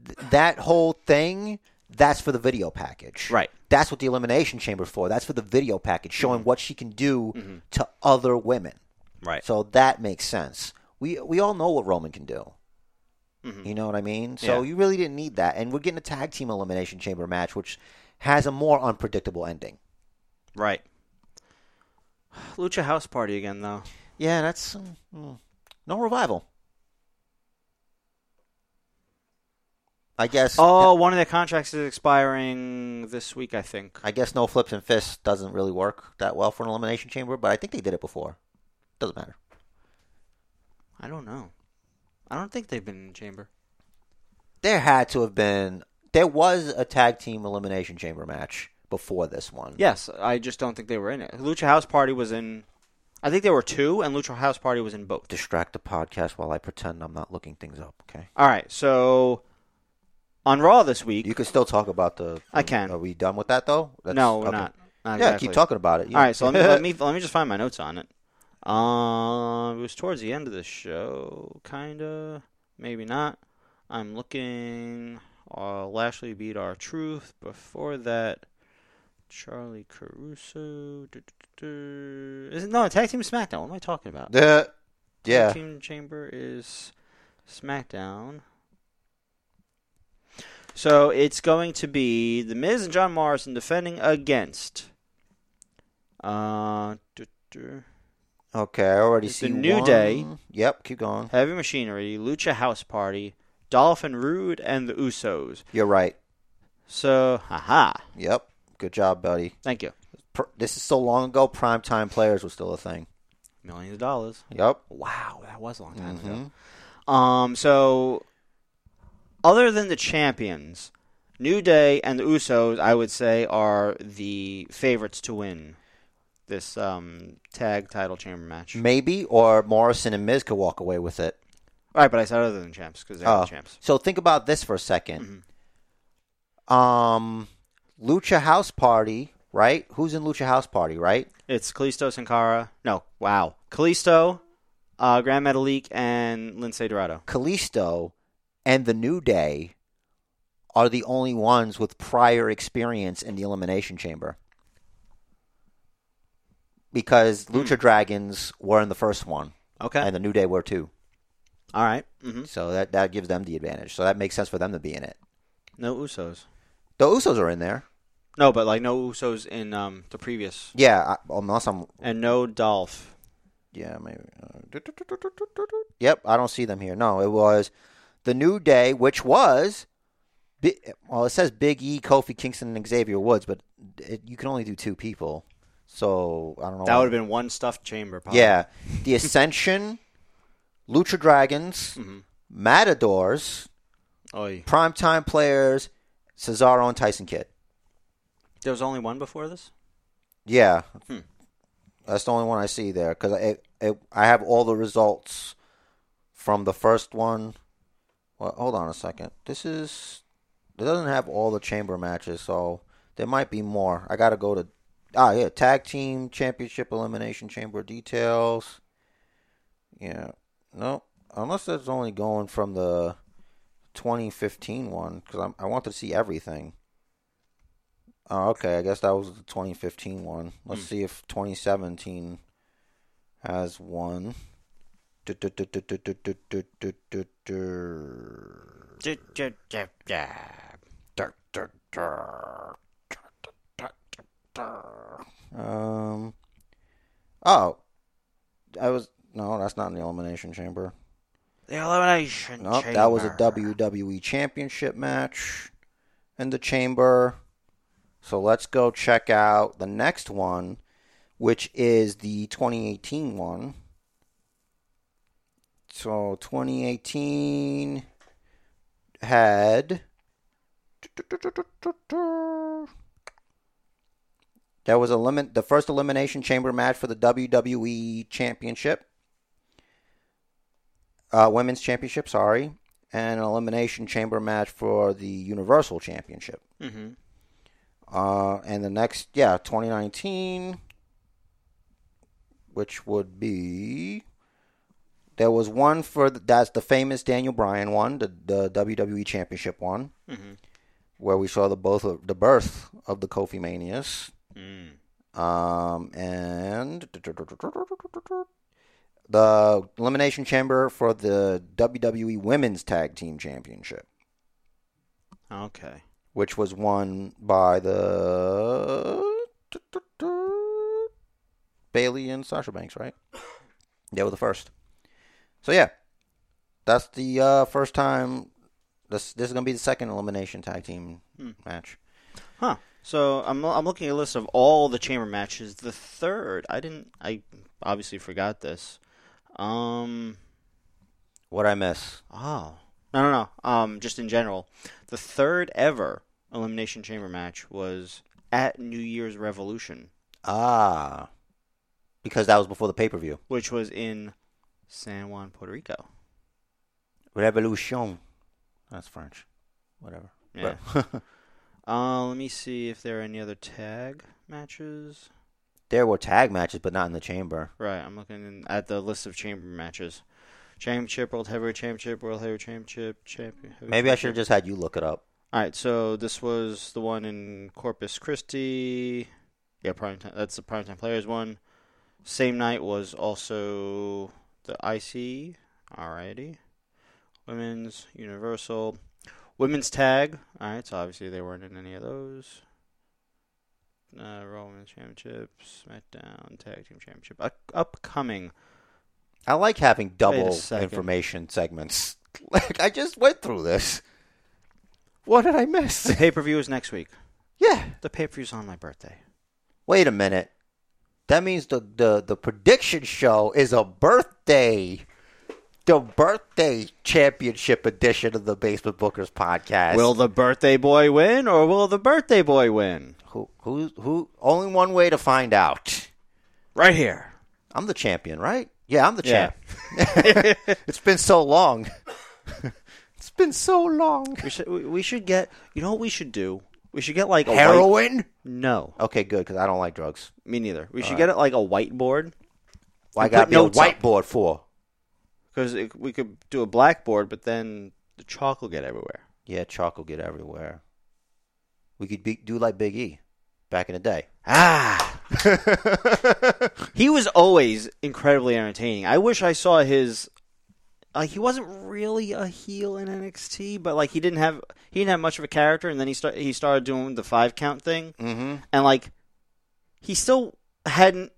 th- that whole thing. That's for the video package.
Right.
That's what the elimination chamber for. That's for the video package showing what she can do to other women.
Right.
So that makes sense. We we all know what Roman can do. You know what I mean? So
Mm-hmm. Yeah.
you really didn't need that. And we're getting a tag team elimination chamber match, which has a more unpredictable ending.
Right. Lucha House Party again, though.
Yeah, that's mm, mm. no revival. I guess.
[laughs] Oh, one of their contracts is expiring this week, I think.
I guess no flips and fists doesn't really work that well for an elimination chamber, but I think they did it before. Doesn't matter.
I don't know. I don't think they've been in the chamber.
There had to have been. There was a tag team elimination chamber match before this one.
Yes, I just don't think they were in it. Lucha House Party was in. I think there were two, and Lucha House Party was in both.
Distract the podcast while I pretend I'm not looking things up. Okay.
All right, so on Raw this week.
You can still talk about the.
I can.
Are we done with that though? That's-
no, we're
okay.
not. Not
Yeah,
exactly.
keep talking about it.
All right, so let me, let me let me just find my notes on it. Um, it was towards the end of the show, kinda, maybe not. I'm looking. Uh, Lashley beat our truth. Before that, Charlie Caruso. du-du-du-du. Is it, no, tag team SmackDown. What am I talking about?
Uh, [laughs] yeah.
Tag team chamber is SmackDown. So it's going to be The Miz and John Morrison defending against. Uh, duh, duh,
Okay, I already
It's
see
the New
one.
Day.
Yep, keep going.
Heavy Machinery, Lucha House Party, Dolphin Rude, and the Usos.
You're right.
So, haha.
Yep. Good job, buddy.
Thank you.
Pr- this is so long ago. Primetime players was still a thing.
Millions of dollars.
Yep.
Wow, that was a long
Mm-hmm.
time ago. Um, so other than the champions, New Day and the Usos, I would say, are the favorites to win this um, tag title chamber match. All
Maybe, or Morrison and Miz could walk away with it.
right, but I said other than champs because they're
Oh,
the champs.
so think about this for a 2nd Um, Lucha House Party, right? Who's in Lucha House Party, right?
It's Kalisto Sankara. No, wow, Kalisto, uh, Grand Metalik, and Lindsay Dorado.
Kalisto and the New Day are the only ones with prior experience in the Elimination Chamber. Because Lucha Dragons were in the first one,
Okay,
and the New Day were too.
all right. Mm-hmm.
So that, that gives them the advantage. So that makes sense for them to be in it.
No Usos.
The Usos are in there.
No, but like no Usos in um, the previous,
Yeah, I, unless I'm
and no Dolph.
Yeah, maybe. Uh, Yep, I don't see them here. No, it was the New Day, which was. Bi- Well, it says Big E, Kofi Kingston, and Xavier Woods, but it, you can only do two people. So I don't know.
That
why-
would have been one stuffed chamber. Probably.
Yeah, the Ascension, [laughs] Lucha Dragons,
Mm-hmm.
Matadors,
Oy.
Primetime Players, Cesaro, and Tyson Kidd.
There was only one before this.
Yeah, that's the only one I see there because it, it, I have all the results from the first one. Well, hold on a second. This is it doesn't have all the chamber matches, so there might be more. I gotta go to ah yeah tag team championship elimination chamber details. Yeah, no, unless that's only going from the 2015 one because I wanted to see everything. Oh, okay. I guess that was the 2015 one. Let's see if 2017 has one. Um. Oh, I was no. That's not in the elimination chamber.
The elimination
No, that was a WWE Championship match in the chamber. So let's go check out the next one, which is the 2018 one. So 2018 had. That was elimin- the first elimination chamber match for the WWE Championship, uh, Women's Championship. Sorry, and an elimination chamber match for the Universal Championship.
Mm-hmm.
Uh, and the next, yeah, 2019, which would be there was one for the, that's the famous Daniel Bryan one, the, the WWE Championship one,
Mhm.
where we saw the both of, the birth of the Kofi Manias.
Mm.
Um, and the Elimination Chamber for the WWE Women's Tag Team Championship,
Okay.
which was won by the Bailey and Sasha Banks, right? [coughs] They were the first. So yeah, that's the uh, first time. This this is gonna be the second elimination tag team
Hmm.
match.
Huh. So I'm I'm looking at a list of all the chamber matches. The third, I didn't. I obviously forgot this. Um.
What I miss?
Oh. No, no, no. Um. Just in general, the third ever elimination chamber match was at New Year's Revolution,
Ah, because that was before the pay per view.
which was in San Juan, Puerto Rico.
Revolution. That's French. Whatever.
Yeah.
But- [laughs]
Uh, let me see if there are any other tag matches.
there were tag matches, but not in the chamber.
Right, I'm looking in, at the list of chamber matches. Championship, World Heavyweight Championship, World Heavyweight Championship, Champion. Heavyweight
Maybe I should have
Championship.
just had you look it up.
All right, so this was the one in Corpus Christi. Yeah, prime time. That's the primetime players one. Same night was also the IC. Alrighty, women's universal, women's tag. All right, so obviously they weren't in any of those. Uh, Raw Women's Championship, SmackDown Tag Team Championship, up- upcoming.
I like having double
second.
information segments. [laughs] Like I just went through this. What did I
The [laughs]
miss?
pay per view is next week.
yeah.
The pay per view is on my birthday.
Wait a minute. That means the, the, the prediction show is a birthday. The birthday championship edition of the Basement Bookers podcast.
Will the birthday boy win, or will the birthday boy win?
who who who only one way to find out.
Right here.
I'm the champion, right? Yeah, I'm the
Yeah.
champ. [laughs] it's been so long. [laughs] it's been so
[laughs]
long.
We should, we we should get. You know what we should do? We should get like a White,
Heroin?
no,
Okay, good because I don't like drugs.
me neither. We should get it like a whiteboard
Why
You
got
put
me a
notes up.
whiteboard for?
because we could do a blackboard, but then the chalk will get everywhere.
Yeah, chalk will get everywhere. We could be, do like Big E back in the day.
Ah, he was always incredibly entertaining. I wish I saw his. Like he wasn't really a heel in NXT, but like he didn't have he didn't have much of a character, and then he start he started doing the five count thing.
[laughs] mm-hmm.
and like he still hadn't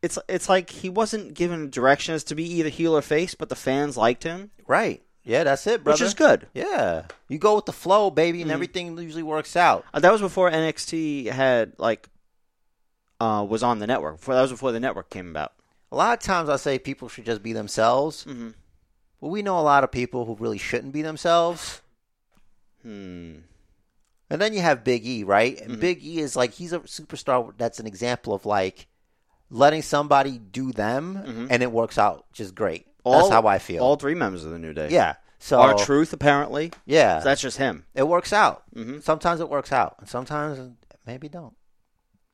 it's it's like he wasn't given directions to be either heel or face but the fans liked him
Right. Yeah, that's it, brother.
which is good Mm.
Yeah, you go with the flow, baby, and everything usually works out.
Uh, that was before NXT had like uh was on the network before that was before the network came about
A lot of times I say people should just be themselves.
mm-hmm.
Well, we know a lot of people who really shouldn't be themselves.
hmm
And then you have Big E, right? And
Mhm.
Big E is like he's a superstar that's an example of like letting somebody do them
Mhm.
and it works out just great.
All-
that's how I feel.
all three members of the New Day
yeah. So
our truth apparently
yeah,
that's just him
it works out.
mm-hmm.
Sometimes it works out, and sometimes maybe don't.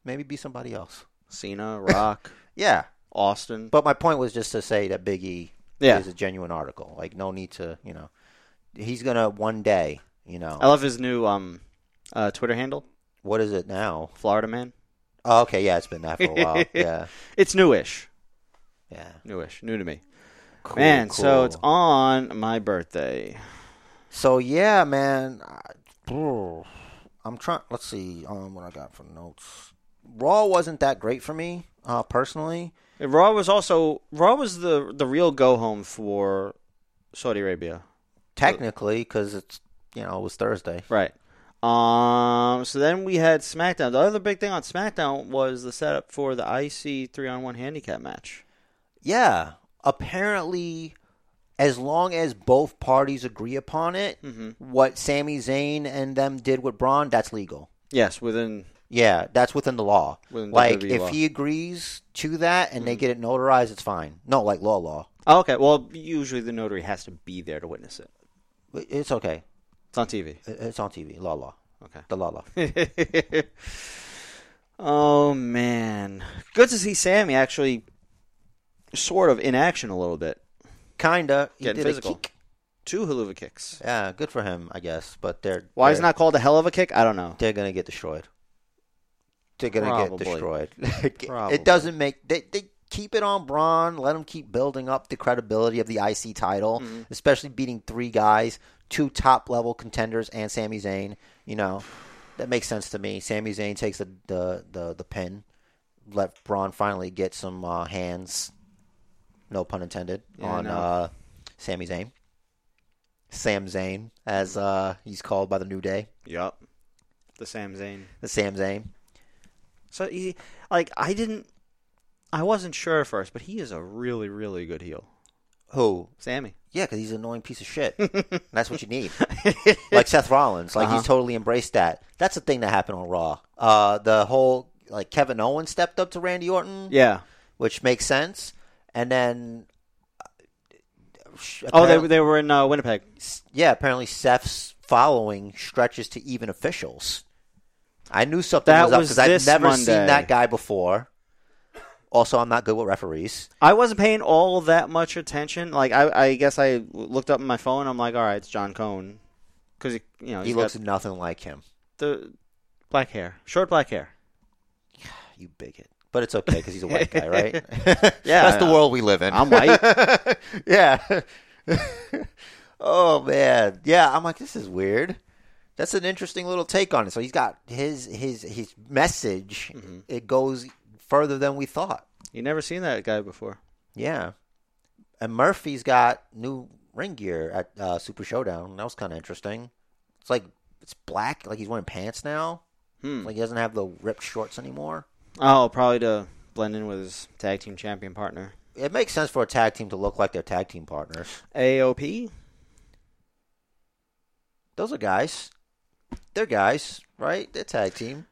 Maybe be somebody else.
[laughs] Cena Rock
Yeah.
Austin
But my point was just to say that Big E
yeah
is a genuine article. Like no need to, you know. He's gonna one day, you know.
I love his new um uh Twitter handle
what is it now?
Florida Man
Oh, okay, yeah, it's been that for a
[laughs]
while. yeah,
it's newish
yeah.
newish new to me
Cool,
man, so it's
cool.
on my birthday.
So yeah, man. I, brr. I'm trying. Let's see. Um, what I got for notes. Raw wasn't that great for me, uh, personally.
Raw was also Raw was the the real go home for Saudi Arabia,
Technically, because it's you know it was Thursday.
right? Um, so then we had SmackDown. The other big thing on SmackDown was the setup for the IC three on one handicap match.
Yeah. Apparently, as long as both parties agree upon it,
Mm-hmm.
what Sami Zayn and them did with Braun, that's legal.
Yes, within
Yeah, that's within the law.
Within
like
WWE
if
law. Mm-hmm.
he agrees to that and they get it notarized, it's fine. No, like law, law.
Oh, okay. Well, usually the notary has to be there to witness it.
But It's okay.
It's on TV.
It- It's on TV. Law, law.
Okay.
The law, law.
[laughs] oh man, good to see Sammy actually sort of in action a little bit.
Kinda. He
Getting
did a
physical.
kick.
Two haluva kicks.
Yeah, good for him, I guess. But they're
Why he's
they're-
not called a hell of a kick? I don't know.
They're gonna get destroyed. They're gonna
Probably.
get destroyed. [laughs]
Probably.
It doesn't make they they keep it on Braun. Let him keep building up the credibility of the IC title, especially beating three guys, two top level contenders, and Sami Zayn. You know, that makes sense to me. Sami Zayn takes the the the, the pin. Let Braun finally get some uh, hands. No pun intended
Yeah, I
on
know.
uh, Sami Zayn. Sam Zayn, as uh, he's called by the New Day,
Yup. The Sam Zayn.
the Sam Zayn.
So he, like, I didn't, I wasn't sure at first, but he is a really, really good heel,
Who?
Sammy.
Yeah, because he's an annoying piece of
[laughs]
shit. And that's what you need. like Seth Rollins, like
Uh-huh.
he's totally embraced that. That's the thing that happened on Raw. Uh, the whole like Kevin Owens stepped up to Randy Orton,
Yeah.
which makes sense. And then, uh, sh-
Oh, they
apparently-
they were in uh, Winnipeg.
yeah. Apparently, Seth's following stretches to even officials. I knew something
That
was up
was
because I've
this
never
Monday.
seen that guy before. Also, I'm not good with referees.
I wasn't paying all that much attention. Like, I, I guess I w- looked up in my phone. I'm like, all right, it's John Cohn, because you know
He
he's
looks
got
nothing like him.
the black hair, short black hair.
You bigot. But it's okay because he's a white guy, [laughs] right?
Yeah,
that's the
I-
world we live in.
I'm white.
yeah. [laughs] oh man, yeah. I'm like, this is weird. That's an interesting little take on it. So he's got his his his message. It goes further than we thought.
[laughs] you never seen that guy before.
Yeah. And Murphy's got new ring gear at uh, Super Showdown. That was kind of interesting. It's like it's black. Like he's wearing pants now.
Hmm.
Like he doesn't have the ripped shorts anymore.
Oh, probably to blend in with his tag team champion partner,
It makes sense for a tag team to look like their tag team partners.
AOP.
Those are guys. They're guys, right? They're tag team.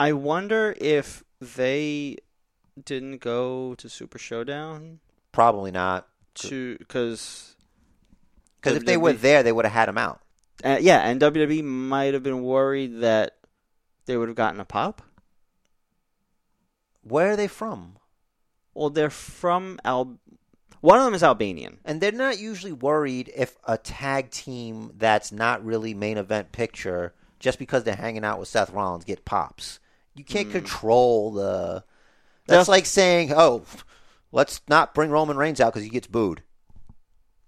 I wonder if they didn't go to Super Showdown
Probably not.
to because
Because if they were
WWE
there, they would have had him out.
uh, yeah, and WWE might have been worried that they would have gotten a pop.
Where are they from?
Well, they're from Al. One of them is Albanian.
And they're not usually worried if a tag team that's not really main event picture, just because they're hanging out with Seth Rollins, get pops. You can't control the. Mm. That's
No.
like saying, oh, let's not bring Roman Reigns out because he gets booed.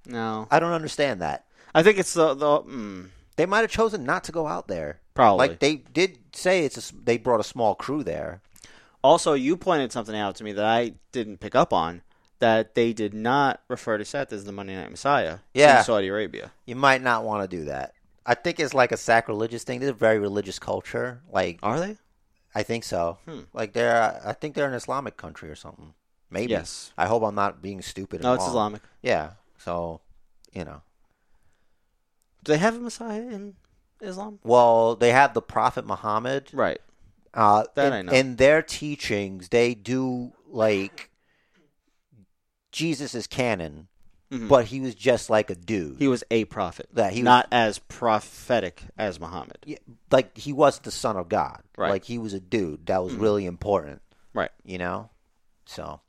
No,
I don't understand that.
I think it's the the mm,
They might have chosen not to go out there.
probably.
Like they did say, it's a, s- they brought a small crew there.
also, you pointed something out to me that I didn't pick up on that they did not refer to Seth as the Monday Night Messiah.
Yeah.
in Saudi Arabia.
you might not want to do that. I think it's like a sacrilegious thing. This is a very religious culture. Like
Are they?
I think so.
hmm.
Like they're I think they're an Islamic country or something. Maybe.
Yes.
I hope I'm not being stupid. and
No, it's
wrong.
Islamic.
Yeah. So, you know.
Do they have a Messiah in Islam?
Well, they have the Prophet Muhammad.
Right.
Uh,
That
in,
I know.
In their teachings, they do like Jesus is canon, but he was just like a dude.
Mm-hmm. He was a prophet.
That he was-
not as prophetic as Muhammad.
Yeah, like he was the son of God.
Right. Mm-hmm.
Like he was a dude that was really important.
Right. Mm-hmm.
you know so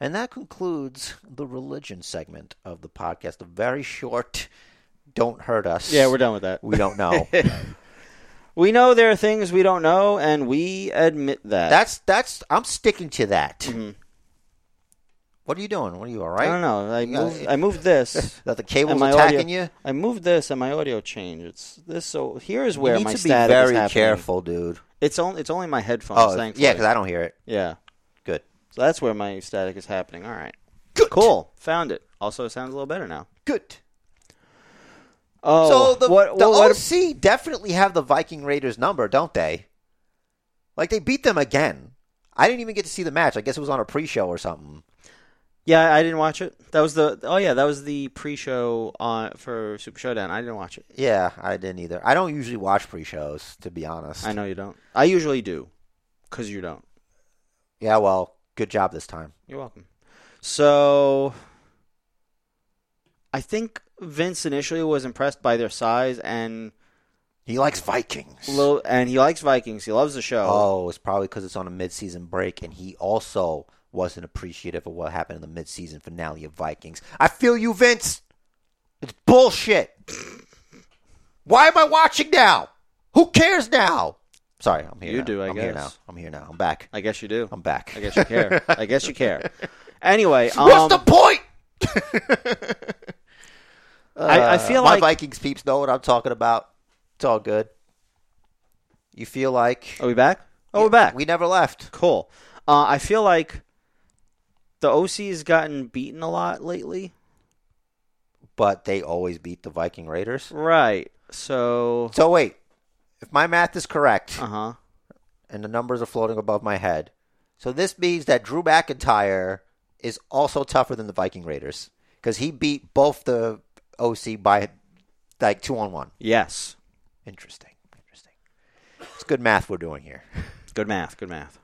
and that concludes the religion segment of the podcast a very short don't hurt us
Yeah, we're done with that.
we don't
[laughs]
know
We know there are things we don't know, and we admit that.
that's that's i'm sticking to that what are you doing what are you all
Mm-hmm. I
right
don't know. I
Yeah,
moved.
it-
I moved this.
Is that [laughs] the cable's
and my
attacking
audio,
you
I moved this, and my audio changed. It's this. So here's
you
where
need
my
to be
static is
very
happening.
careful dude
It's only. It's only my headphones.
oh
thankfully.
yeah because i don't hear it
yeah.
good
So that's where my static is happening. All right.
good
Cool. Found it. Also, it sounds a little better now.
good
Oh,
so the,
what,
the
what, what-
OC definitely have the Viking Raiders number, don't they? Like they beat them again. I didn't even get to see the match. I guess it was on a pre-show or something.
Yeah, I didn't watch it. That was the oh yeah, that was the pre-show on for Super Showdown. I didn't watch it.
Yeah, I didn't either. I don't usually watch pre-shows, to be honest.
I know you don't. I usually do, cause you don't.
Yeah, well, good job this time.
You're welcome. So, I think Vince initially was impressed by their size and
He likes Vikings.
little, and he likes Vikings. He loves the show.
Oh, it's probably because it's on a mid-season break, and he also wasn't appreciative of what happened in the mid-season finale of Vikings. I feel you, Vince. It's bullshit. Why am I watching now? Who cares now? Sorry, I'm here.
You
now.
do, I
I'm Here
guess.
now. I'm here now. I'm back.
I guess you do.
I'm back.
I guess you care. I guess you
[laughs]
care. Anyway, um,
What's the point?
[laughs] I, I feel
My
like
Vikings peeps know what I'm talking about. It's all good. You feel like
are we back? Oh, we're back.
we never left.
Cool. Uh, I feel like the OC has gotten beaten a lot lately.
But they always beat the Viking Raiders.
Right. So.
So wait, if my math is correct
Uh huh.
and the numbers are floating above my head, so this means that Drew McIntyre is also tougher than the Viking Raiders because he beat both the OC by like two on one.
Yes.
Interesting. Interesting. It's good math we're doing here.
Good math. Good math.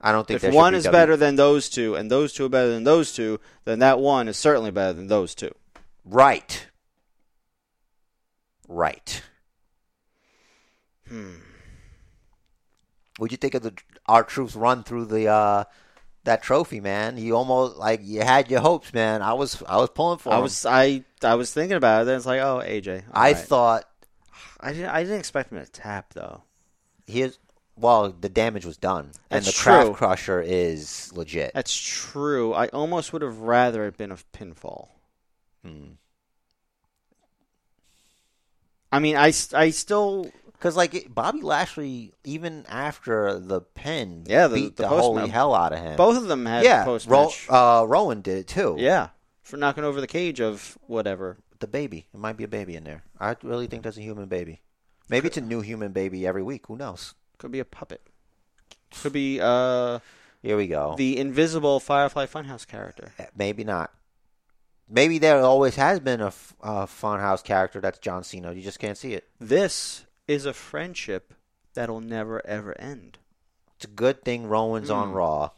I don't think
If
there should
one
be
is
W-
better than those two, and those two are better than those two, then that one is certainly better than those two.
Right. Right. Hmm. What'd you think of the our troops run through the uh that trophy, man? You almost like you had your hopes, man. I was I was pulling for.
I
'em.
was I I was thinking about it. Then it's like, oh, AJ.
I
alright.
thought
I didn't I didn't expect him to tap though.
here's well the damage was done, and
That's
the craft
true.
crusher is legit.
That's true. I almost would have rather it been a pinfall. Hmm. I mean, I, s- I still
Because like it, Bobby Lashley, even after the pin,
Yeah, the-
beat
the
the,
post
holy
match.
hell out of him.
both of them had
yeah,
post
Ro-
match.
uh, Rowan did it too.
yeah, for knocking over the cage of whatever.
the baby. It might be a baby in there. I really think there's a human baby. Maybe it's a new human baby every week. Who knows?
Could be a puppet. Could be uh
Here we go. Eh,
the invisible Firefly Funhouse character.
Maybe not. Maybe there always has been a, f- a funhouse character that's John Cena. You just can't see it.
This is a friendship that'll never ever end.
It's a good thing Rowan's on
Hmm.
Raw.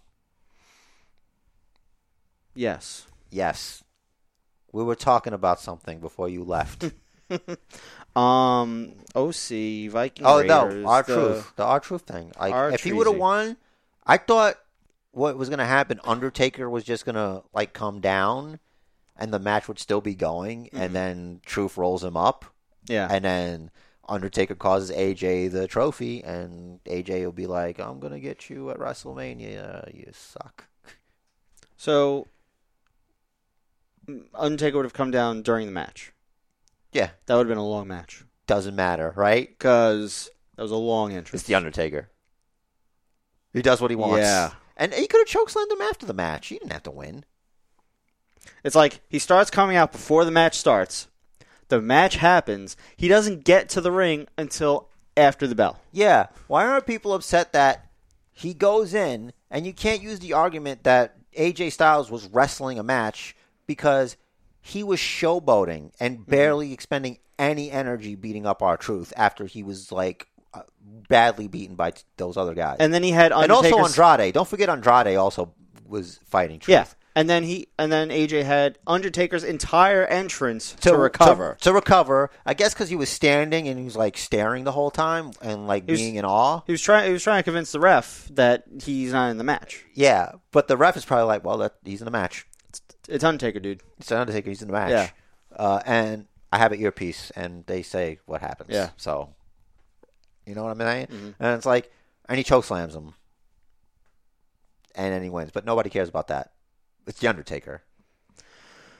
Yes.
Yes. We were talking about something before you left.
Um, OC Viking.
oh
Raiders,
no, our
the-
truth, the our truth thing. Like if he
R-Truth-y.
would have won, I thought what was gonna happen. Undertaker was just gonna like come down, and the match would still be going, and then Truth rolls him up,
Yeah.
and then Undertaker causes AJ the trophy, and AJ will be like, "I'm gonna get you at WrestleMania. You suck." [laughs]
So mm, Undertaker would have come down during the match.
Yeah,
That would have been a long match
doesn't matter, right?
because that was a long
It's
entrance.
the Undertaker. He does what he wants.
Yeah.
And he could have chokeslammed him after the match. He didn't have to win.
It's like he starts coming out before the match starts. The match happens. He doesn't get to the ring until after the bell.
Yeah. Why are people upset that he goes in and you can't use the argument that AJ Styles was wrestling a match because he was showboating and
Mm-hmm.
barely expending any energy beating up our truth after he was like uh, badly beaten by t- those other guys.
And then he had
And
Undertaker's
also Andrade. Don't forget Andrade also was fighting truth.
Yeah. And then he and then AJ had Undertaker's entire entrance to,
To,
recover.
recover. I guess because he was standing and he was like staring the whole time and like
was-
being in awe.
he was trying he was trying to convince the ref that he's not in the match.
Yeah, but the ref is probably like, well, that, he's in the match.
It's Undertaker, dude.
It's an Undertaker. He's in the match.
Yeah.
Uh, and I have an earpiece, and they say what happens.
Yeah. Mm-hmm.
So, you know what I'm saying? And it's like, and he chokeslams him, and then he wins. But nobody cares about that. It's the Undertaker.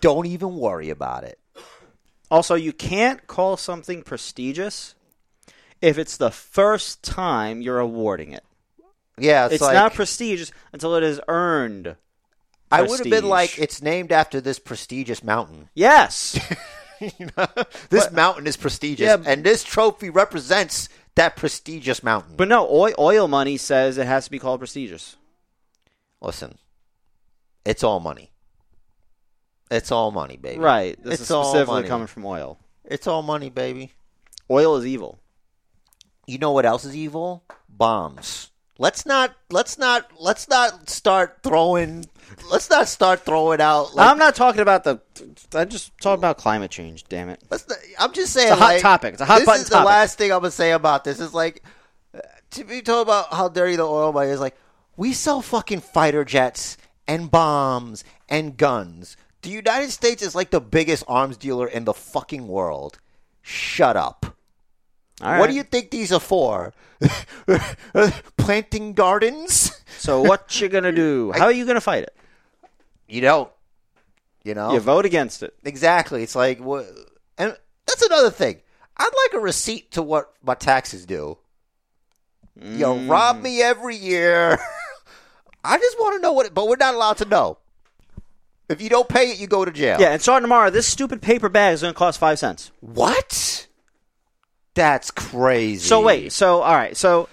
Don't even worry about it.
Also, you can't call something prestigious if it's the first time you're awarding it.
Yeah, it's,
It's,
like
not prestigious until it is earned.
I would have been
prestige.
like, it's named after this prestigious mountain. [laughs]
Yes.
You know? this mountain is prestigious,
Yeah.
and this trophy represents that prestigious mountain.
but no, oil, oil money says it has to be called prestigious.
Listen, it's all money. It's all money, baby.
Right. This is
It's all
specifically
money.
coming from oil.
It's all money, baby.
Oil is evil.
You know what else is evil? Bombs. Let's not. Let's not. Let's not start throwing. Let's not start throwing out. Like,
I'm not talking about the. I just talking about climate change. Damn it.
Let's not- I'm just saying.
a hot
like,
topic. It's a hot
This
button
is the
topic.
last thing I'm gonna say about this. Is like uh, to be told about how dirty the oil money is. Like we sell fucking fighter jets and bombs and guns. The United States is like the biggest arms dealer in the fucking world. Shut up.
All right.
What do you think these are for? [laughs] Planting gardens?
So what you gonna do? [laughs] How are you gonna fight it?
You don't. You know.
You vote against it.
Exactly. It's like what, and that's another thing. I'd like a receipt to what my taxes do. Yo,
Mm.
rob me every year. [laughs] I just want to know what, it, but we're not allowed to know. If you don't pay it, you go to jail.
Yeah, and starting tomorrow, this stupid paper bag is gonna cost five cents.
What? That's crazy.
So wait, so all right, so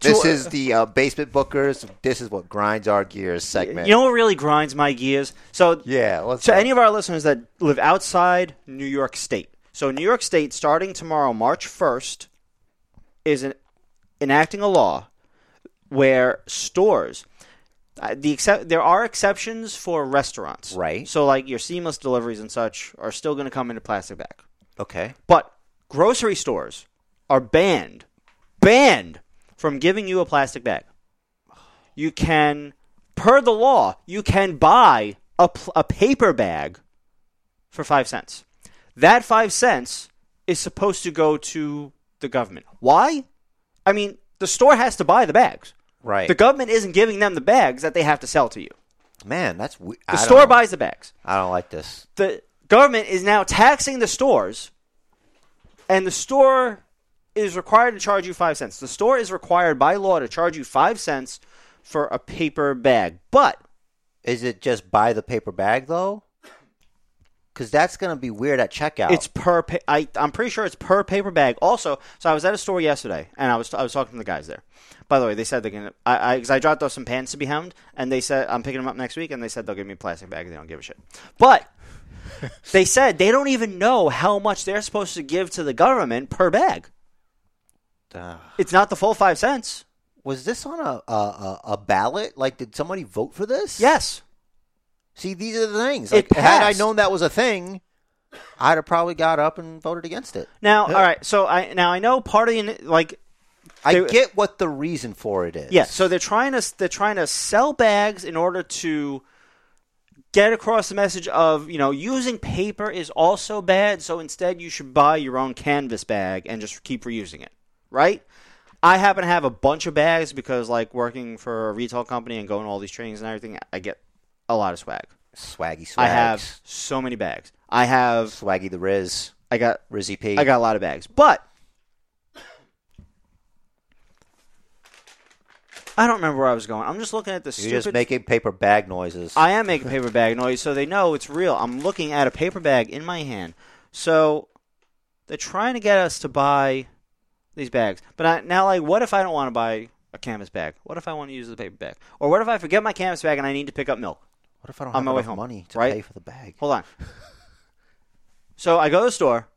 This
to-
is the uh, basement bookers. This is what grinds our gears segment.
you know what really grinds my gears. So
yeah. Let's
to any of our listeners that live outside New York State, so New York State starting tomorrow, March first, is en- enacting a law where stores. Uh, the except there are exceptions for restaurants,
Right.
So like your seamless deliveries and such are still going to come in a plastic bag.
okay.
But grocery stores are banned, banned from giving you a plastic bag. You can, per the law, you can buy a, pl- a paper bag for five cents. That five cents is supposed to go to the government. Why? I mean, the store has to buy the bags.
Right.
The government isn't giving them the bags that they have to sell to you.
Man, that's we-
The store
don't,
buys the bags
I don't like this.
the government is now taxing the stores, and the store is required to charge you five cents. The store is required by law to charge you five cents for a paper bag. But
Is it just buy the paper bag though? Because that's gonna be weird at checkout.
It's per. Pa- I I'm pretty sure it's per paper bag. Also, so I was at a store yesterday, and I was I was talking to the guys there. By the way, they said they're gonna. I because I, dropped off some pants to be hemmed, and they said I'm picking them up next week, and they said they'll give me a plastic bag, and they don't give a shit. But they said they don't even know how much they're supposed to give to the government per bag.
Uh,
It's not the full five cents.
was this on a, a a a ballot? Like, did somebody vote for this?
Yes.
See, these are the things. Like,
It
had I
passed.
known that was a thing, I'd have probably got up and voted against it.
Now, all right. So I now I know part of the like
I
They-
get what the reason for it is.
Yeah, so they're trying to they're trying to sell bags in order to get across the message of you know using paper is also bad. So instead, you should buy your own canvas bag and just keep reusing it. Right? I happen to have a bunch of bags because like working for a retail company and going to all these trainings and everything, I get a lot of swag.
swaggy swags.
I have so many bags. I have
swaggy the Riz,
I got
Rizzy P.
I got a lot of bags, but I don't remember where I was going. I'm just looking at the
You're
stupid.
just making paper bag noises.
I am making paper bag noise, so they know it's real. I'm looking at a paper bag in my hand. So they're trying to get us to buy these bags, but I, now, like, what if I don't want to buy a canvas bag? What if I want to use the paper bag? Or what if I forget my canvas bag and I need to pick up milk?
what if I don't
on
have
my way
enough
home,
money to
right?
pay for the bag?
Hold on. So I go to the store.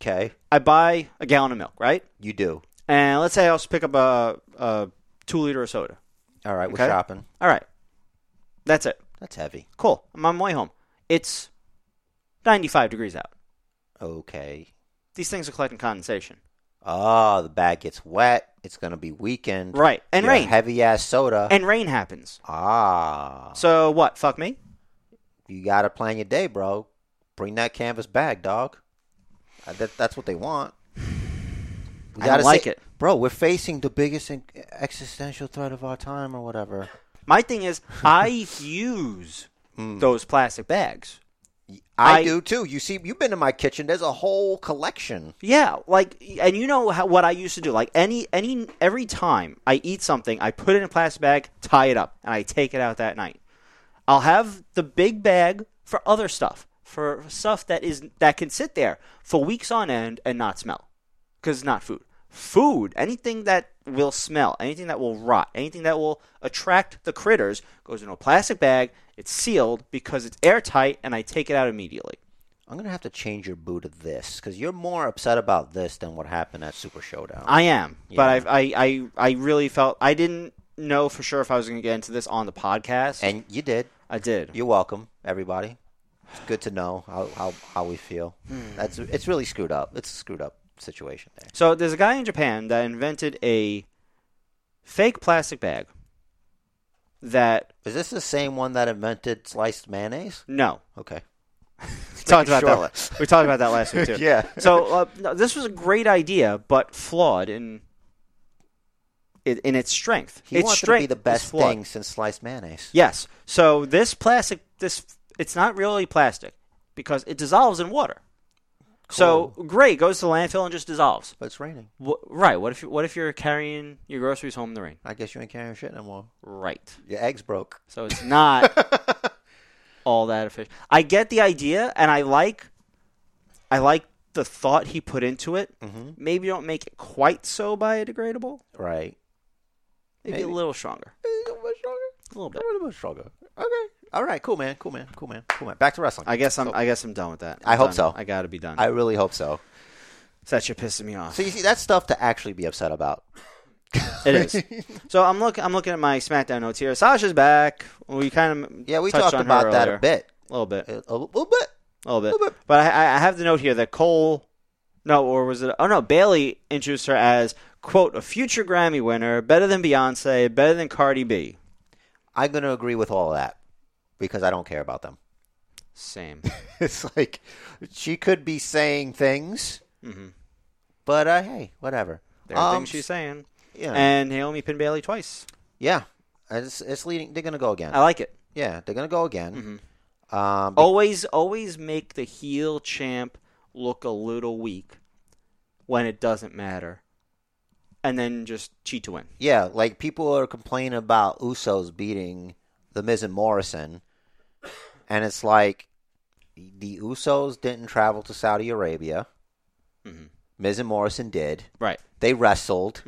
Okay,
I buy a gallon of milk, right?
you do.
And let's say I also pick up a, a two liter of soda.
All right,
Okay.
we're shopping.
All right. That's it.
That's heavy.
Cool. I'm on my way home. It's 95 degrees out.
Okay.
These things are collecting condensation.
Oh, the bag gets wet. It's gonna be weakened.
Right. And rain.
Heavy ass soda.
And rain happens.
ah,
So what? Fuck me?
you gotta plan your day, bro. Bring that canvas bag, dog. Uh, That, that's what they want. We
I don't
say-
like it.
bro. We're facing the biggest in- existential threat of our time, or whatever.
My thing is, I [laughs] use those plastic bags.
I,
I-
do too. You see, you've been to my kitchen. There's a whole collection.
Yeah, like, and you know how, what I used to do. Like any, any, every time I eat something, I put it in a plastic bag, tie it up, and I take it out that night. I'll have the big bag for other stuff, for stuff that is that can sit there for weeks on end and not smell, because it's not food. Food, anything that will smell, anything that will rot, anything that will attract the critters goes in a plastic bag. It's sealed because it's airtight, and I take it out immediately.
I'm gonna have to change your boo to this because you're more upset about this than what happened at Super Showdown.
I am, but
Yeah.
I've, I, I, I really felt I didn't know for sure if I was going to get into this on the podcast.
and you did.
I did.
You're welcome, everybody. It's good to know how, how, how we feel. That's it's really screwed up. It's a screwed up situation there.
So there's a guy in Japan that invented a fake plastic bag that
Is this the same one that invented sliced mayonnaise?
no
Okay.
we talked about
making
that. We talked about that last week too.
[laughs] Yeah.
So uh, no, this was a great idea, but flawed in in, in its strength.
He
its
wants to
strength
be the
is
best
flawed.
thing since sliced mayonnaise.
Yes. So this plastic, this it's not really plastic because it dissolves in water. So great, goes to landfill and just dissolves.
But it's raining.
Wh- right. What if you- what if you're carrying your groceries home in the rain?
I guess you ain't carrying shit anymore.
Right.
Your eggs broke.
So [laughs] it's not all that efficient. I get the idea, and I like, I like the thought he put into it. Maybe don't make it quite so biodegradable.
Right.
Maybe,
Maybe.
a little stronger,
A little bit stronger.
a little
A
bit.
little bit stronger. Okay. All right. Cool, man. Cool, man. Cool, man. Cool, man. Back to wrestling.
I guess I'm. I guess I'm done with that.
I
I'm
hope
done.
so.
I gotta be done.
I really hope so.
that shit pissing
[laughs]
me off.
So you see, that's stuff to actually be upset
[laughs]
about.
It [laughs] is. so I'm look. I'm looking at my SmackDown notes here. Sasha's back. We kind of
Yeah, we
touched
talked
on her
about that
earlier.
a bit.
a little bit,
A, a little bit.
a little
little
bit.
bit.
But I, I- I have the note here that Cole, no, or was it? Oh no, Bailey introduced her as quote a future Grammy winner, better than Beyonce, better than Cardi B.
I'm going to agree with all of that because I don't care about them. [laughs]
Same.
it's like she could be saying things, but uh, hey, whatever.
Mm-hmm. There are
Um,
things she's saying.
yeah,
And Naomi pinned Bailey twice.
yeah. It's, it's leading. They're gonna go again.
I like it.
yeah, they're gonna go again.
Mm-hmm.
Um,
Always, always make the heel champ look a little weak when it doesn't matter, and then just cheat to win.
yeah, like people are complaining about Usos beating the Miz and Morrison, and it's like the Usos didn't travel to Saudi Arabia.
Mm-hmm.
Miz and Morrison did.
Right.
They wrestled.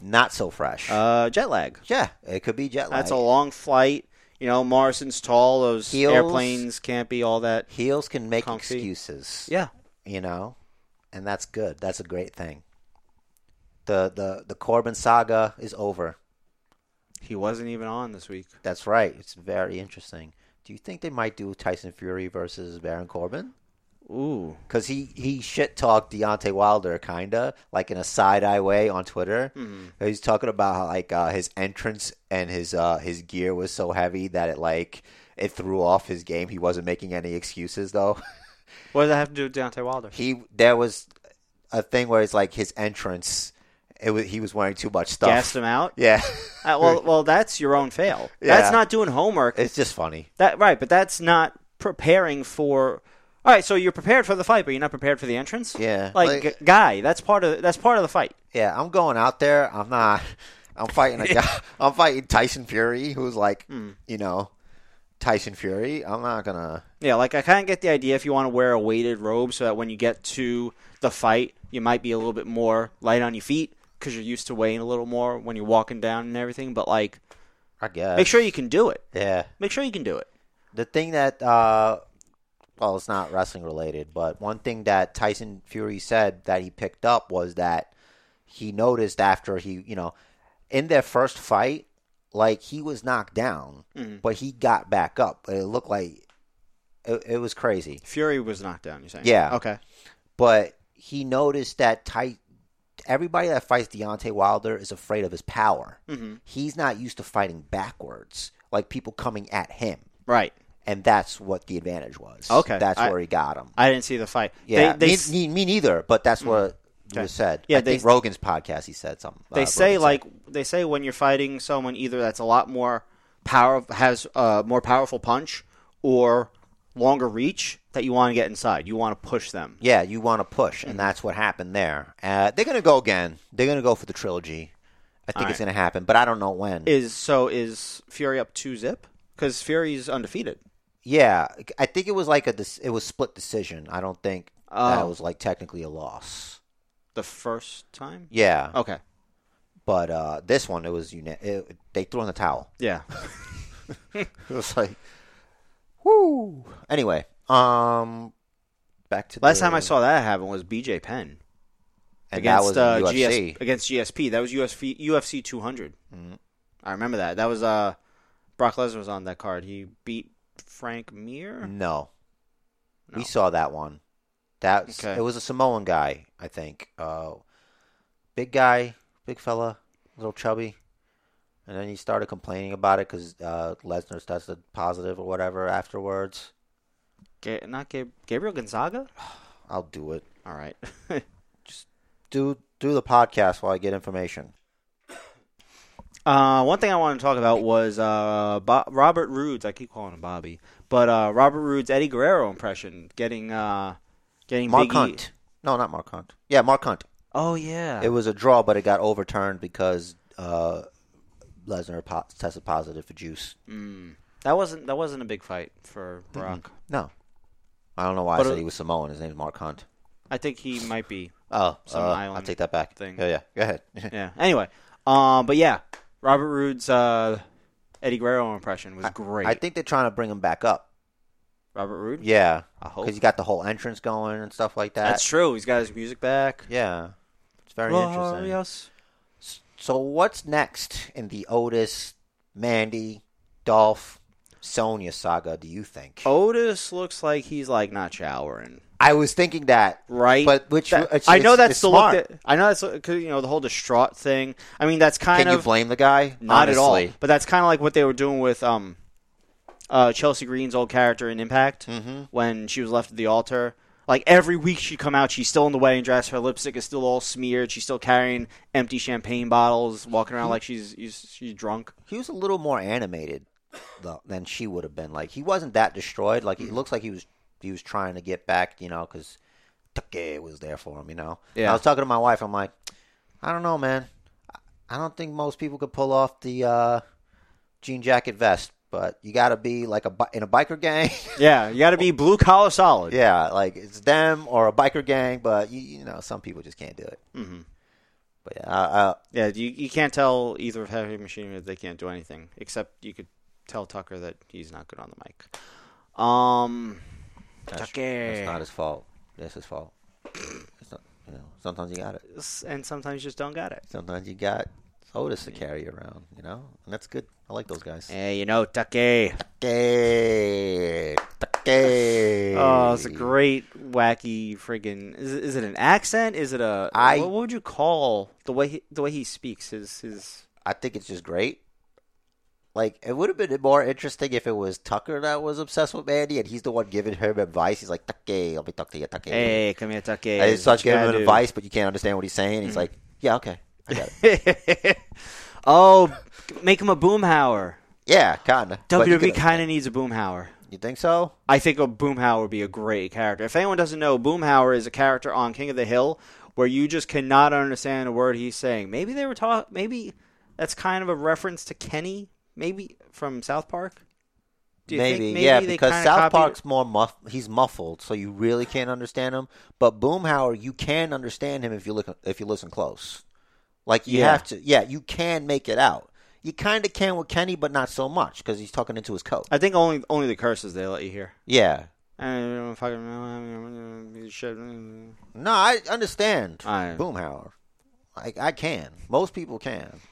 Not so fresh.
Mm-hmm. Uh, jet lag.
yeah, it could be jet lag.
That's a long flight. You know, Morrison's tall. Those
Heels.
airplanes can't be all that.
Heels can make
Comfy.
excuses.
Yeah.
you know, and that's good. That's a great thing. The the the Corbin saga is over.
He wasn't even on this week.
That's right. It's very interesting. Do you think they might do Tyson Fury versus Baron Corbin?
Ooh.
Because he, he shit talked Deontay Wilder kinda like in a side eye way on Twitter. He's talking about how like uh, his entrance and his uh, his gear was so heavy that it like it threw off his game. He wasn't making any excuses though. [laughs]
What does that have to do with Deontay Wilder?
he there was a thing where it's like his entrance it was he was wearing too much stuff
Gassed him out.
[laughs] yeah
Uh, well, well, that's your own fail. That's
Yeah.
not doing homework.
it's just funny
That right, but that's not preparing for. All right, so you're prepared for the fight, but you're not prepared for the entrance.
Yeah.
Like,
Like-
g- guy, that's part of that's part of the fight.
yeah i'm going out there i'm not i'm fighting a guy i'm fighting tyson fury who's like you know tyson fury i'm not gonna
Yeah, like I kind of get the idea if you want to wear a weighted robe so that when you get to the fight, you might be a little bit more light on your feet because you're used to weighing a little more when you're walking down and everything. But like,
i guess
make sure you can do it.
yeah
Make sure you can do it.
the thing that uh well it's not wrestling related but one thing that tyson fury said that he picked up was that he noticed after he you know in their first fight like he was knocked down
Mm-hmm.
but he got back up it looked like it, it was crazy
Fury was knocked down. You're saying?
Yeah.
Okay.
but he noticed that tight everybody that fights Deontay Wilder is afraid of his power
Mm-hmm.
he's not used to fighting backwards like people coming at him
Right.
and that's what the advantage was.
Okay,
that's
I-
where he got him.
I didn't see the fight.
Yeah,
They, they,
me,
s- Hmm.
me, me neither. But that's what
Okay.
was said.
Yeah,
I
they-
think Rogan's podcast. He said something.
they
uh,
say
Rogan said.
like they say when you're fighting someone either that's a lot more power has a more powerful punch or longer reach that you want to get inside. You want to push them.
yeah, you want to push,
Hmm.
and that's what happened there. Uh, they're gonna go again. They're gonna go for the trilogy. I think it's gonna happen, but I don't know when.
is so is Fury up two zip because Fury's undefeated.
yeah, I think it was like a dec- it was split decision. I don't think
Oh.
that was like technically a loss.
The first time,
Yeah,
okay,
But uh, this one, it was uni- it, they threw in the towel.
Yeah.
[laughs] It was like, whoo. Anyway, um, back to
Last
the-
time I saw that happen was BJ Penn
and
against
that
uh,
was in UFC.
GS, against GSP. That was UFC UFC 200.
Mm-hmm.
I remember that. That was uh, Brock Lesnar was on that card. He beat Frank Mir.
No.
No.
We saw that one. That's
Okay.
it was a Samoan guy, I think. Uh, big guy, big fella, little chubby. And then he started complaining about it because uh, Lesnar tested positive or whatever afterwards.
Ga- not Ga- Gabriel Gonzaga.
I'll do it.
All right. [laughs]
Do do the podcast while I get information.
Uh, one thing I wanted to talk about was uh, Bo- Robert Rood's. I keep calling him Bobby, but uh, Robert Rood's Eddie Guerrero impression getting uh, getting
Mark
Big E-
Hunt. No, not Mark Hunt. Yeah, Mark Hunt.
Oh yeah,
It was a draw, but it got overturned because uh, Lesnar po- tested positive for juice.
that wasn't that wasn't a big fight for Brock.
No. I don't know why
But
I said
it-
he was Samoan. His name's Mark Hunt.
I think he might be.
Oh,
Some
uh, I'll
island
take that back.
thing.
Yeah, yeah. Go
[laughs]
ahead. [laughs]
Yeah. Anyway, um, but yeah, Robert Rood's uh, Eddie Guerrero impression was great.
I think they're trying to bring him back up.
Robert Rood.
Yeah,
I hope.
because you got the whole entrance going and stuff like that.
That's true. He's got his music back.
yeah, it's very interesting.
Glorious.
So what's next in the Otis, Mandy, Dolph, Sonya saga? Do you think?
Oh. Otis looks like he's like not showering.
I was thinking that.
right?
But which-
That-
it's-
I know
it's-
that's
it's
the
smart.
look that I know that's because you know the whole distraught thing. I mean, that's kind
Can you
of
blame the guy?
not at all,
Honestly.
but that's kind of like what they were doing with um, uh, Chelsea Green's old character in Impact
Mm-hmm.
when she was left at the altar. Like every week she'd come out, she's still in the wedding dress, her lipstick is still all smeared, she's still carrying empty champagne bottles,
[laughs]
walking around like she's she's, she's drunk.
He was a little more animated though, than she would have been. Like he wasn't that destroyed. Like he looks like he was he was trying to get back. You know, because Take was there for him. You know.
Yeah.
I was talking to my wife. I'm like, I don't know, man. I- I don't think most people could pull off the uh, jean jacket vest, but you got to be like a bi- in a biker gang. [laughs]
Yeah, you got to be blue collar solid.
yeah, like it's them or a biker gang. But you, you know, some people just can't do it. Mm-hmm. But yeah, I, I,
Yeah, you, you can't tell either of Heavy Machine that they can't do anything, except you could tell Tucker that he's not good on the mic. Um,
that's,
Tucker.
that's not his fault. That's his fault. It's not, you know, sometimes you got it.
and sometimes you just don't got it.
Sometimes you got Otis to carry around, you know, and that's good. I like those guys.
Hey, you know, Tucker.
Gay, gay.
Oh, it's a great, wacky, friggin' is, it- is it an accent? Is it a?
I-
what would you call the way he, the way he speaks? His his
I think it's just great. Like it would have been more interesting if it was Tucker that was obsessed with Mandy, and he's the one giving him advice. He's like, "Tucker, let me talk to you, Tucker."
hey, come here, Tucker.
and he
It's
starts giving him advice, but you can't understand what he's saying.
Mm.
He's like, "Yeah, okay, I got it.
[laughs] oh, make him a boomhauer.
yeah, kinda." But you
WWE
could-
kind of needs a boomhauer.
you think so?
I think a Boomhauer would be a great character. If anyone doesn't know, Boomhauer is a character on King of the Hill where you just cannot understand a word he's saying. Maybe they were talk. Maybe that's kind of a reference to Kenny, maybe from South Park. Do you think
maybe, yeah,
they
because
kinda
South
copied-
Park's more muff. He's muffled, so you really can't understand him. But Boomhauer, you can understand him if you look if you listen close. Like you
Yeah.
have to, yeah, you can make it out. You kind of can with Kenny, but not so much because he's talking into his coat.
I think only only the curses they let you hear.
Yeah,
I don't know if I can- shit. I
no, I understand
I-
Boomhauer. Like I can, most people can.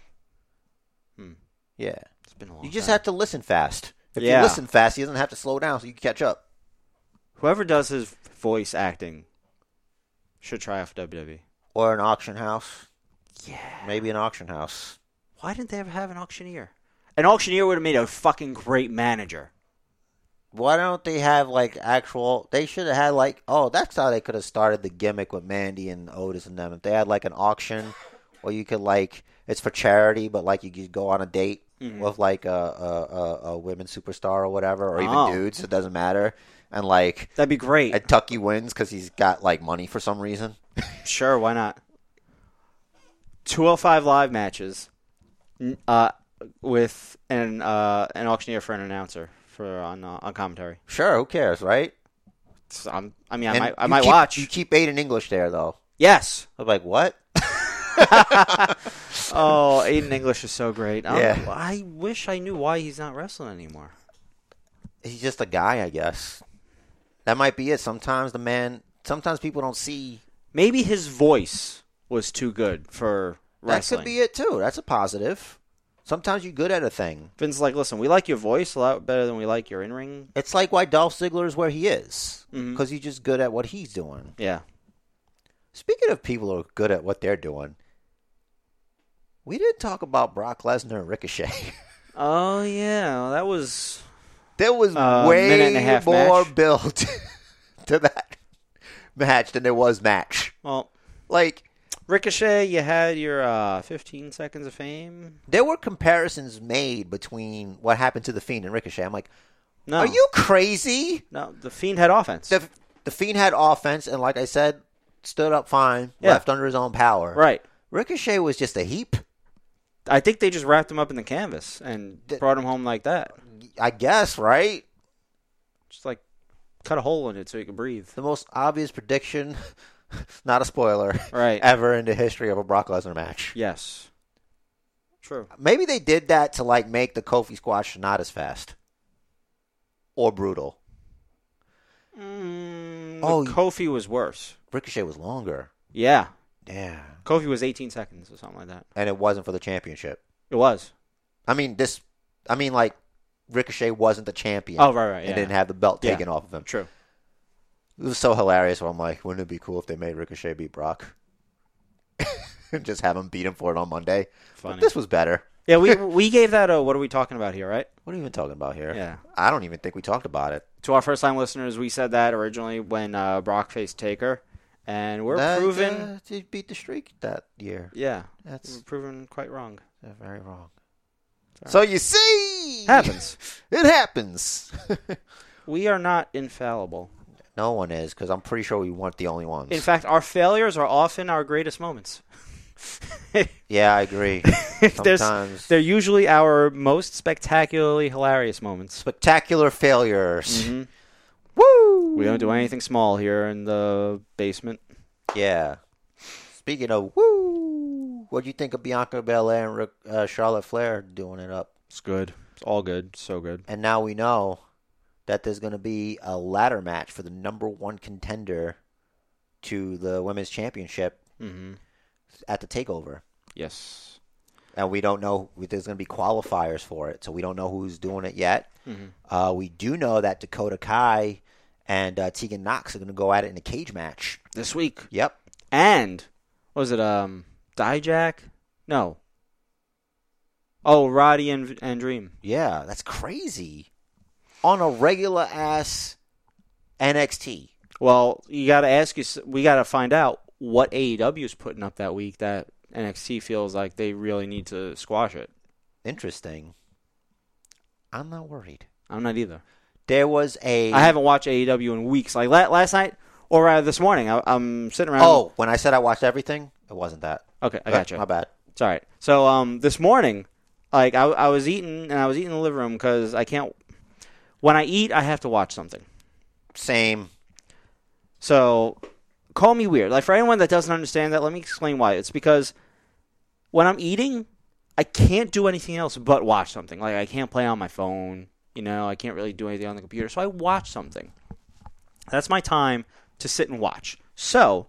Hmm.
Yeah,
It's been a long
you just
time.
have to listen fast. If
Yeah.
you listen fast, he doesn't have to slow down, so you can catch up.
whoever does his voice acting should try out for WWE.
Or an auction house,
Yeah.
maybe an auction house.
Why didn't they ever have an auctioneer? An auctioneer would have made a fucking great manager.
Why don't they have like actual? They should have had like oh, that's how they could have started the gimmick with Mandy and Otis and them. If they had like an auction, or you could like it's for charity, but like you could go on a date
Mm-hmm.
with like a a, a a women superstar or whatever, or even
Oh.
dudes. It doesn't matter. And like
That'd be great.
and Tucky wins because he's got like money for some reason.
sure, why not? 205 live matches n- uh, with an uh, an auctioneer for an announcer for on uh, on commentary.
Sure, who cares, right?
So I'm, I mean, I
And
might, I
you
might
keep- [laughs]
watch.
You keep Aiden English there though.
yes.
I'm like, what?
Oh, Aiden English is so great. Um,
Yeah.
I wish I knew why he's not wrestling anymore.
He's just a guy, I guess. That might be it. Sometimes the man. Sometimes people don't see.
Maybe his voice was too good for wrestling.
That could be it too. That's a positive. Sometimes you're good at a thing.
Vince's like, listen, we like your voice a lot better than we like your in ring.
It's like why Dolph Ziggler is where he is because he's just good at what he's doing.
Yeah.
Speaking of people who are good at what they're doing, we didn't talk about Brock Lesnar and Ricochet. [laughs]
Oh yeah, that was
there was
Uh,
way
minute and a half
more
match.
build [laughs] to that match than there was match.
well.
Like
Ricochet, you had your uh, 15 seconds of fame.
there were comparisons made between what happened to the Fiend and Ricochet. I'm like,
No,
are you crazy?
No, the Fiend had offense.
The the Fiend had offense, and like I said, stood up fine,
Yeah.
left under his own power.
right.
Ricochet was just a heap.
I think they just wrapped him up in the canvas and
The-
brought him home like that.
I guess, right?
Just like cut a hole in it so he could breathe.
The most obvious prediction, [laughs] not a spoiler,
Right.
ever in the history of a Brock Lesnar match.
Yes. True.
Maybe they did that to like make the Kofi squash not as fast or brutal.
Mm,
Oh,
oh, Kofi was worse.
Ricochet was longer.
Yeah,
Damn.
Kofi was 18 seconds or something like that.
And it wasn't for the championship.
It was.
I mean, this. I mean, like Ricochet wasn't the champion.
Oh, right, right,
And
yeah.
didn't have the belt
Yeah.
taken off of him.
True.
It was so hilarious. Where I'm like, wouldn't it be cool if they made Ricochet beat Brock? [laughs] And just have him beat him for it on Monday.
Funny.
But this was better.
Yeah, we we gave that. A, what are we talking about here? Right.
What are you even talking about here?
Yeah.
I don't even think we talked about it.
To our first time listeners, we said that originally when uh, Brock faced Taker, and we're
That,
proven.
uh, they beat the streak that year.
yeah, we
That's
were proven quite [laughs] wrong.
uh, very wrong. So you see,
Happens.
it happens. [laughs]
we are not infallible.
no one is because I'm pretty sure we weren't the only ones.
In fact, our failures are often our greatest moments. [laughs]
yeah, I agree.
There's-
Sometimes
They're usually our most spectacularly hilarious moments.
spectacular failures.
Mhm.
Woo!
We don't do anything small here in the basement.
Yeah. Speaking of woo, what do you think of Bianca Belair and Ric- uh, Charlotte Flair doing it up?
It's good. It's all good. So good.
And now we know that there's going to be a ladder match for the number one contender to the women's championship
Mm-hmm.
at the takeover.
Yes.
And we don't know there's going to be qualifiers for it, so we don't know who's doing it yet.
Mm-hmm.
Uh, we do know that Dakota Kai and uh, Tegan Knox are going to go at it in a cage match.
This week.
Yep,
And what was it um Dijak? No. Oh, Roddy and and Dream.
yeah, that's crazy. On a regular ass NXT,
Well, you got to ask you. We got to find out what AEW is putting up that week that NXT feels like they really need to squash it.
interesting. I'm not worried.
I'm not either.
There was a E
I haven't watched AEW in weeks. Like la- last night, or rather this morning, I- I'm sitting around.
Oh, when I said I watched everything, it wasn't that.
okay, I
Okay,
gotcha.
My bad.
It's all right. So um, this morning, like I, I was eating and I was eating in the living room because I can't. When I eat, I have to watch something.
Same.
So call me weird. Like for anyone that doesn't understand that, let me explain why. It's because when I'm eating, I can't do anything else but watch something. Like I can't play on my phone. You know, I can't really do anything on the computer. So I watch something. That's my time to sit and watch. So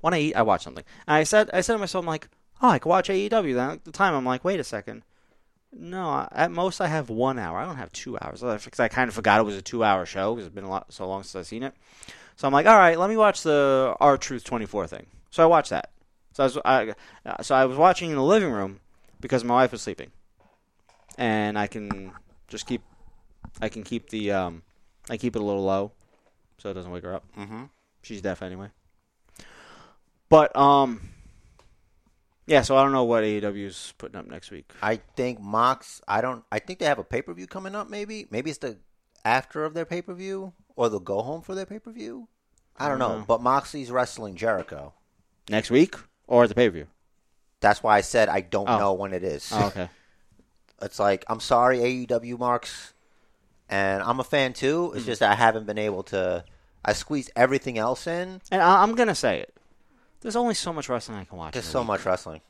when I eat, I watch something. And I said, I said to myself, I'm like, oh, I could watch AEW. Then at the time, I'm like, wait a second. No, I- at most I have one hour. I don't have two hours. Because I kind of forgot it was a two-hour show because it's been a lot so long since I've seen it. So I'm like, all right, let me watch the R Truth 24 thing. So I watched that. So I was I, uh, so I was watching in the living room because my wife was sleeping, and I can just keep I can keep the um I keep it a little low so it doesn't wake her up. Mm-hmm. She's deaf anyway. But um, yeah. So I don't know what AEW's putting up next week.
I think Mox. I don't. I think they have a pay per view coming up. Maybe. Maybe it's the after of their pay per view, or the go home for their pay per view. I don't
Mm-hmm.
know. But Moxley's wrestling Jericho.
Next week or at the pay per view?
That's why I said I don't
Oh.
know when it is.
Oh, [laughs] okay.
It's like I'm sorry, AEW marks, and I'm a fan too. It's just I haven't been able to. I squeezed everything else in.
and I, I'm gonna say it. There's only so much wrestling I can watch.
Just
in a
so
week.
much wrestling.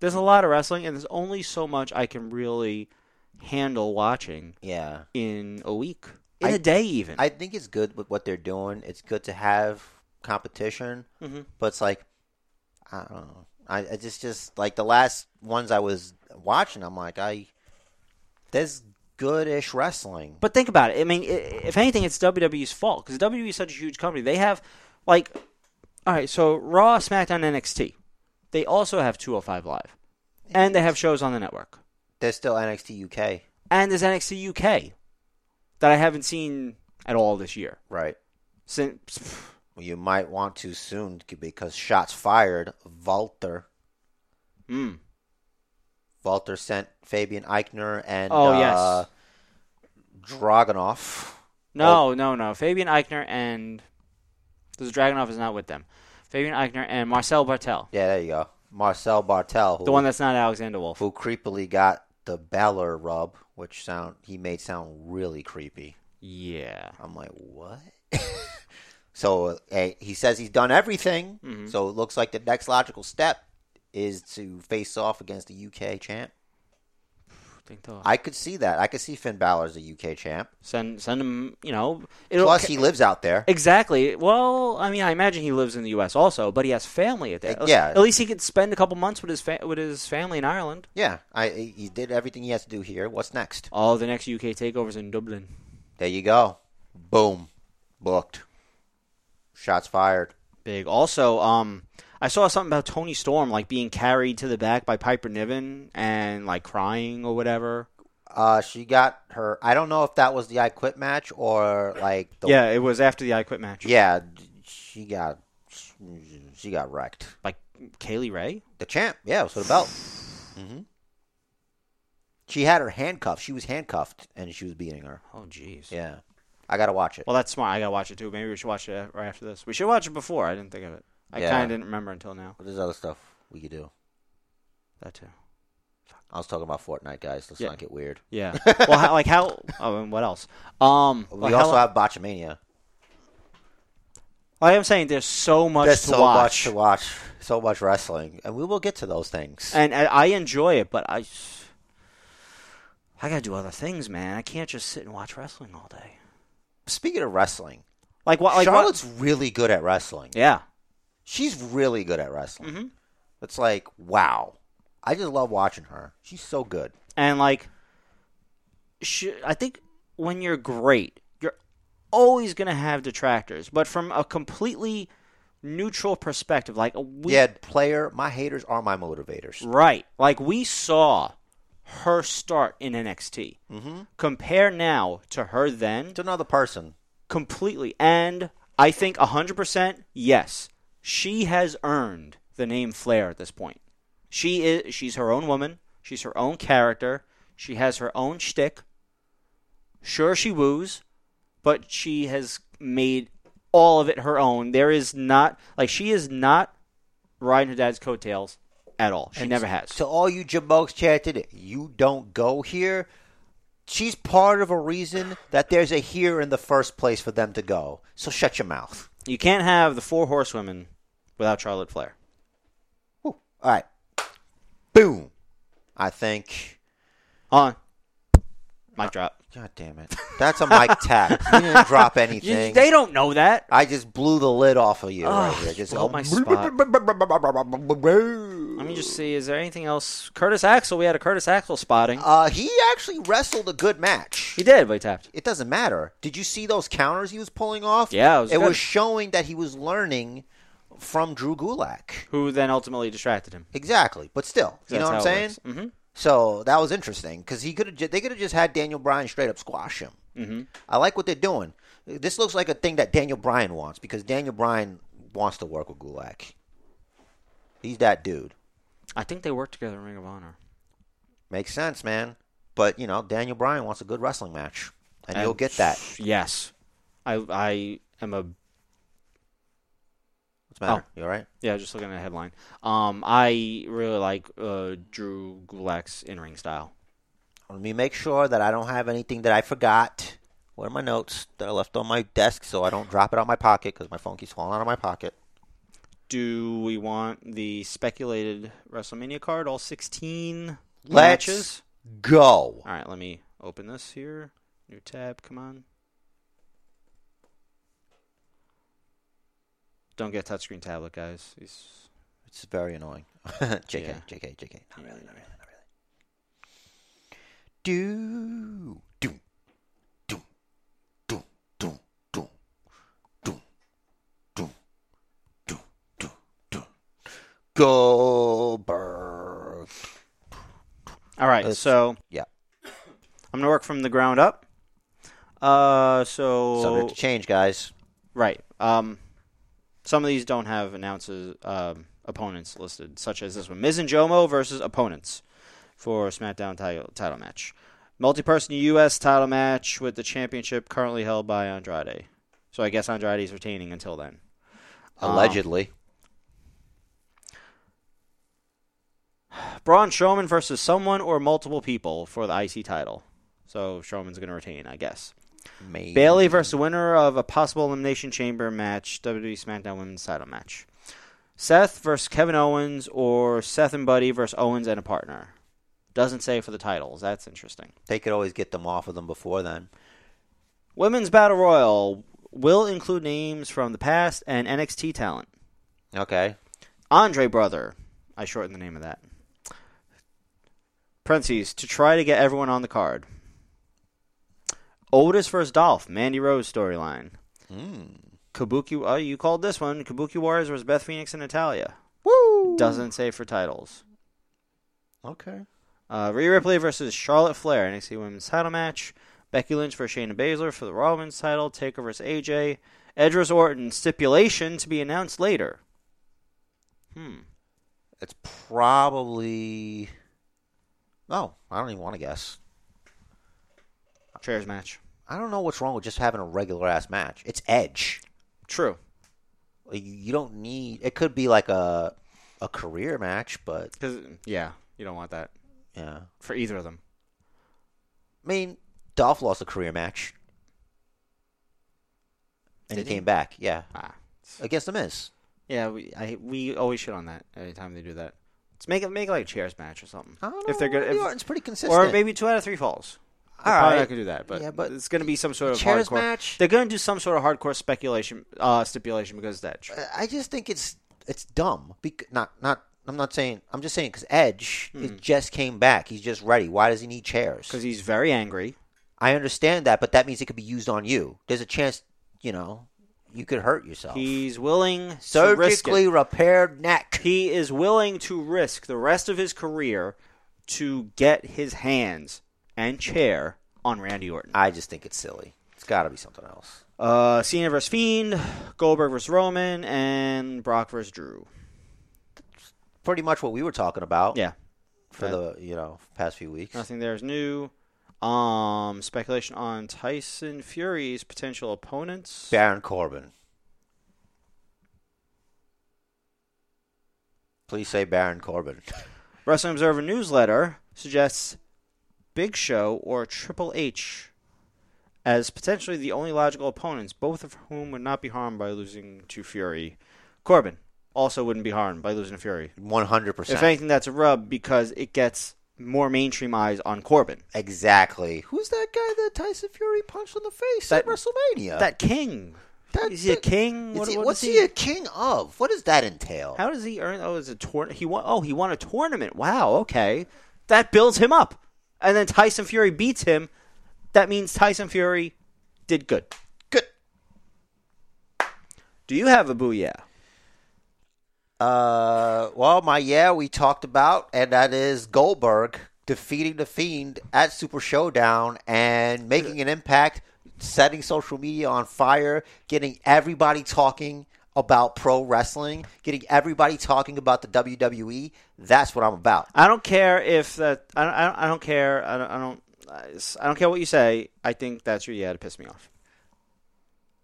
There's a lot of wrestling, and there's only so much I can really handle watching
Yeah.
in a week, in
I-
a day, even.
I think it's good with what they're doing. It's good to have competition,
Mhm.
but it's like I don't know. I, I just just like the last ones I was watching. I'm like I there's goodish wrestling.
But think about it. I mean, i- if anything, it's WWE's fault because WWE E is such a huge company. They have, like, all right, so Raw, SmackDown, NXT. They also have 205 Live, and they have shows on the network.
There's still NXT UK,
And there's NXT UK that I haven't seen at all this year.
right?
Since
You might want to soon because shots fired. Walter
mm,
Walter sent Fabian Eichner and
Oh,
uh,
yes.
Dragunov.
no, no, no, Fabian Eichner and this Dragunov is not with them. Fabian Eichner and Marcel Bartel,
Yeah, there you go. Marcel Bartel, who
the one that's not Alexander Wolf.
who creepily got the Beller rub, which sound he made sound really creepy.
Yeah,
I'm like, what? [laughs] so eh, he says he's done everything.
Mm-hmm.
So it looks like the next logical step is to face off against the UK champ.
think they'll
I could see that. I could see Finn Balor's a UK champ.
send send him. You know, it'll
Plus, he lives out there.
Exactly. Well, I mean, I imagine he lives in the U.S. also, but he has family at there.
Uh, yeah.
At least he could spend a couple months with his fa- with his family in Ireland.
Yeah, I, he he did everything he has to do here. What's next?
Oh, the next UK takeover's in Dublin.
There you go. Boom, booked. Shots fired.
Big. Also, um, I saw something about Tony Storm like being carried to the back by Piper Niven and like crying or whatever.
Uh, she got her. I don't know if that was the I Quit match or like the
Yeah, it was after the I Quit match.
yeah. She got she got wrecked.
Like Kaylee Ray.
The champ, yeah, it was for the belt. hmm She had her handcuffed. She was handcuffed and she was beating her.
Oh, jeez.
Yeah, I gotta watch it.
Well, that's smart. I gotta watch it too. Maybe we should watch it right after this. We should watch it before. I didn't think of it. I
Yeah.
kind of didn't remember until now.
But there's other stuff we could do.
That too.
I was talking about Fortnite, guys. Let's
Yeah.
not get weird.
Yeah. [laughs] Well, how, like how?
[laughs]
Oh, and what else? Um,
We
like, how-
also have Botchamania.
like I'm saying, there's so much
There's
to
so
watch,
much to watch. So much wrestling, and we will get to those things.
and, and I enjoy it, but I, I gotta do other things, man. I can't just sit and watch wrestling all day.
Speaking of wrestling,
Like what? Like what?
Charlotte's really good at wrestling.
Yeah.
She's really good at wrestling.
Mhm.
It's like, wow. I just love watching her. She's so good.
And like, sh- I think when you're great, you're always gonna have detractors, but from a completely neutral perspective, like we
yeah, player, my haters are my motivators.
Right. Like we saw her start in NXT. Mm-hmm. Compare now to her then
It's another person.
completely. And I think 100% yes. She has earned the name Flair at this point. She is she's her own woman, she's her own character, she has her own shtick. Sure she woos, but she has made all of it her own. There is not like she is not riding her dad's coattails at all. She never has.
To all you jamokes chanted, you don't go here. She's part of a reason that there's a here in the first place for them to go. So shut your mouth.
You can't have the four horsewomen without Charlotte Flair.
Whew. All right. Boom. I think.
Hold on. Mic drop.
God damn it. That's a
[laughs]
mic tap. You didn't drop
You-
anything.
they don't know that.
I just blew the lid off of you right
Ugh,
here. Just go-
blow Ah, my spot. Let me just see. Is there anything else? Curtis Axel. We had a Curtis Axel spotting.
Uh, he actually wrestled a good match.
he did, but he tapped.
It doesn't matter. Did you see those counters he was pulling off?
Yeah, it was good.
showing that he was learning from Drew Gulak.
Who then ultimately distracted him.
Exactly, but still, you know what I'm saying?
hmm
So that was interesting because he could have. Ju- they could have just had Daniel Bryan straight up squash him. Mm-hmm. I like what they're doing. This looks like a thing that Daniel Bryan wants because Daniel Bryan wants to work with Gulak. He's that dude.
I think they worked together in Ring of Honor.
Makes sense, man. But you know, Daniel Bryan wants a good wrestling match, and, you'll
And-
get that.
Yes. I I am a
What's the matter? You all right?
yeah. Just looking at the headline. Um, I really like uh Drew Gulak's in ring style.
Let me make sure that I don't have anything that I forgot. What are my notes that I left on my desk so I don't drop it out of my pocket because my phone keeps falling out of my pocket?
do we want the speculated WrestleMania card? All 16
Let's-
matches?
Go.
All right, let me open this here. New tab, come on. Don't get a touchscreen tablet, guys. It's-
It's very annoying. [laughs] JK,
Yeah.
JK, JK. Not really, not really, not really. Do. Do. Do. Do. Do. Do. Do. Do. Do. Do. Do. Goldberg.
All right,
Let's-
so
yeah.
I'm gonna work from the ground up. Uh, so
Subject to change, guys.
Right. Um, some of these don't have announces um, opponents listed, such as this one: Miz and Jomo versus opponents for SmackDown title title match, multi-person U.S. title match with the championship currently held by Andrade. So I guess Andrade is retaining until then.
Ah. Allegedly.
Braun Strowman versus someone or multiple people for the IC title. So Strowman's going to retain, I guess.
Maybe.
Bailey versus winner of a possible elimination chamber match, WWE SmackDown Women's Title match. Seth versus Kevin Owens, or Seth and Buddy versus Owens and a partner. Doesn't say for the titles. That's interesting.
They could always get them off of them before then.
Women's Battle Royal will include names from the past and NXT talent.
Okay.
Andre Brother. I shortened the name of that. Parentheses to try to get everyone on the card. Otis versus Dolph, Mandy Rose storyline. Kabuki, oh, you called this one Kabuki Warriors versus Beth Phoenix and Natalia.
Woo!
Doesn't say for titles.
Okay.
Uh, Rhea Ripley versus Charlotte Flair, NXT Women's Title match. Becky Lynch versus Shayna Baszler for the Raw Women's Title. Taker versus AJ. Edge versus Orton, stipulation to be announced later. Hmm.
It's probably. Oh, I don't even want to guess.
Chairs match.
I don't know what's wrong with just having a regular ass match. It's Edge.
True.
Like, You don't need. It could be like a a career match, but
Cause yeah, you don't want that
yeah.
for either of them.
I mean, Dolph lost a career match, and
Did
he
he?
came back. Yeah,
Ah,
against the Miz.
yeah. We I, we always shit on that anytime they do that. Let's make it make it like a chairs match or something.
I don't
if they're
know,
good,
Randy
if,
Orton's pretty consistent.
or maybe two out of three falls. They're
All
probably
right.
not gonna do that, but,
Yeah, but
it's gonna be some sort of
chairs
hardcore
match?
They're gonna do some sort of hardcore speculation uh, stipulation because of that.
Uh, I- I just think it's it's dumb. Bec- not not. I'm not saying. I'm just saying because Edge is-
Hmm.
just came back. He's just ready. Why does he need chairs?
Because he's very angry.
I understand that, but that means it could be used on you. There's a chance, you know, you could hurt yourself.
He's willing to risk
Surgically
it.
repaired neck.
He is willing to risk the rest of his career to get his hands and chair on Randy Orton.
I just think it's silly. It's got to be something else.
Uh, Cena versus Fiend, Goldberg versus Roman, and Brock versus Drew.
Pretty much what we were talking about
Yeah,
for the you know past few weeks.
nothing there is new. Um, speculation on Tyson Fury's potential opponents.
Baron Corbin. Please say Baron Corbin. [laughs]
Wrestling Observer newsletter suggests Big Show or Triple H as potentially the only logical opponents, both of whom would not be harmed by losing to Fury. Corbin also wouldn't be harmed by losing to Fury.
One hundred
If
percent.
anything, that's a rub because it gets more mainstream eyes on Corbin.
Exactly. Who's that guy that Tyson Fury punched in the face at
That-
WrestleMania?
That king.
That-
is he a
that-
king?
Is
What-
he-
what
what's
is
he a king of? What does that entail?
How does he earn? Oh, it's a tour. He won. Oh, he won a tournament. Wow. Okay, that builds him up. And then Tyson Fury beats him. That means Tyson Fury did good.
Good.
Do you have a booyah?
Uh, well, my yeah, we talked about, and that is Goldberg defeating the Fiend at Super Showdown and making an impact, setting social media on fire, getting everybody talking about pro wrestling, getting everybody talking about the WWE. That's what I'm about.
I don't care if that. I don't. I don't, I don't care. I don't. I don't. I s- I don't care what you say. I think that's your yeah to piss me off.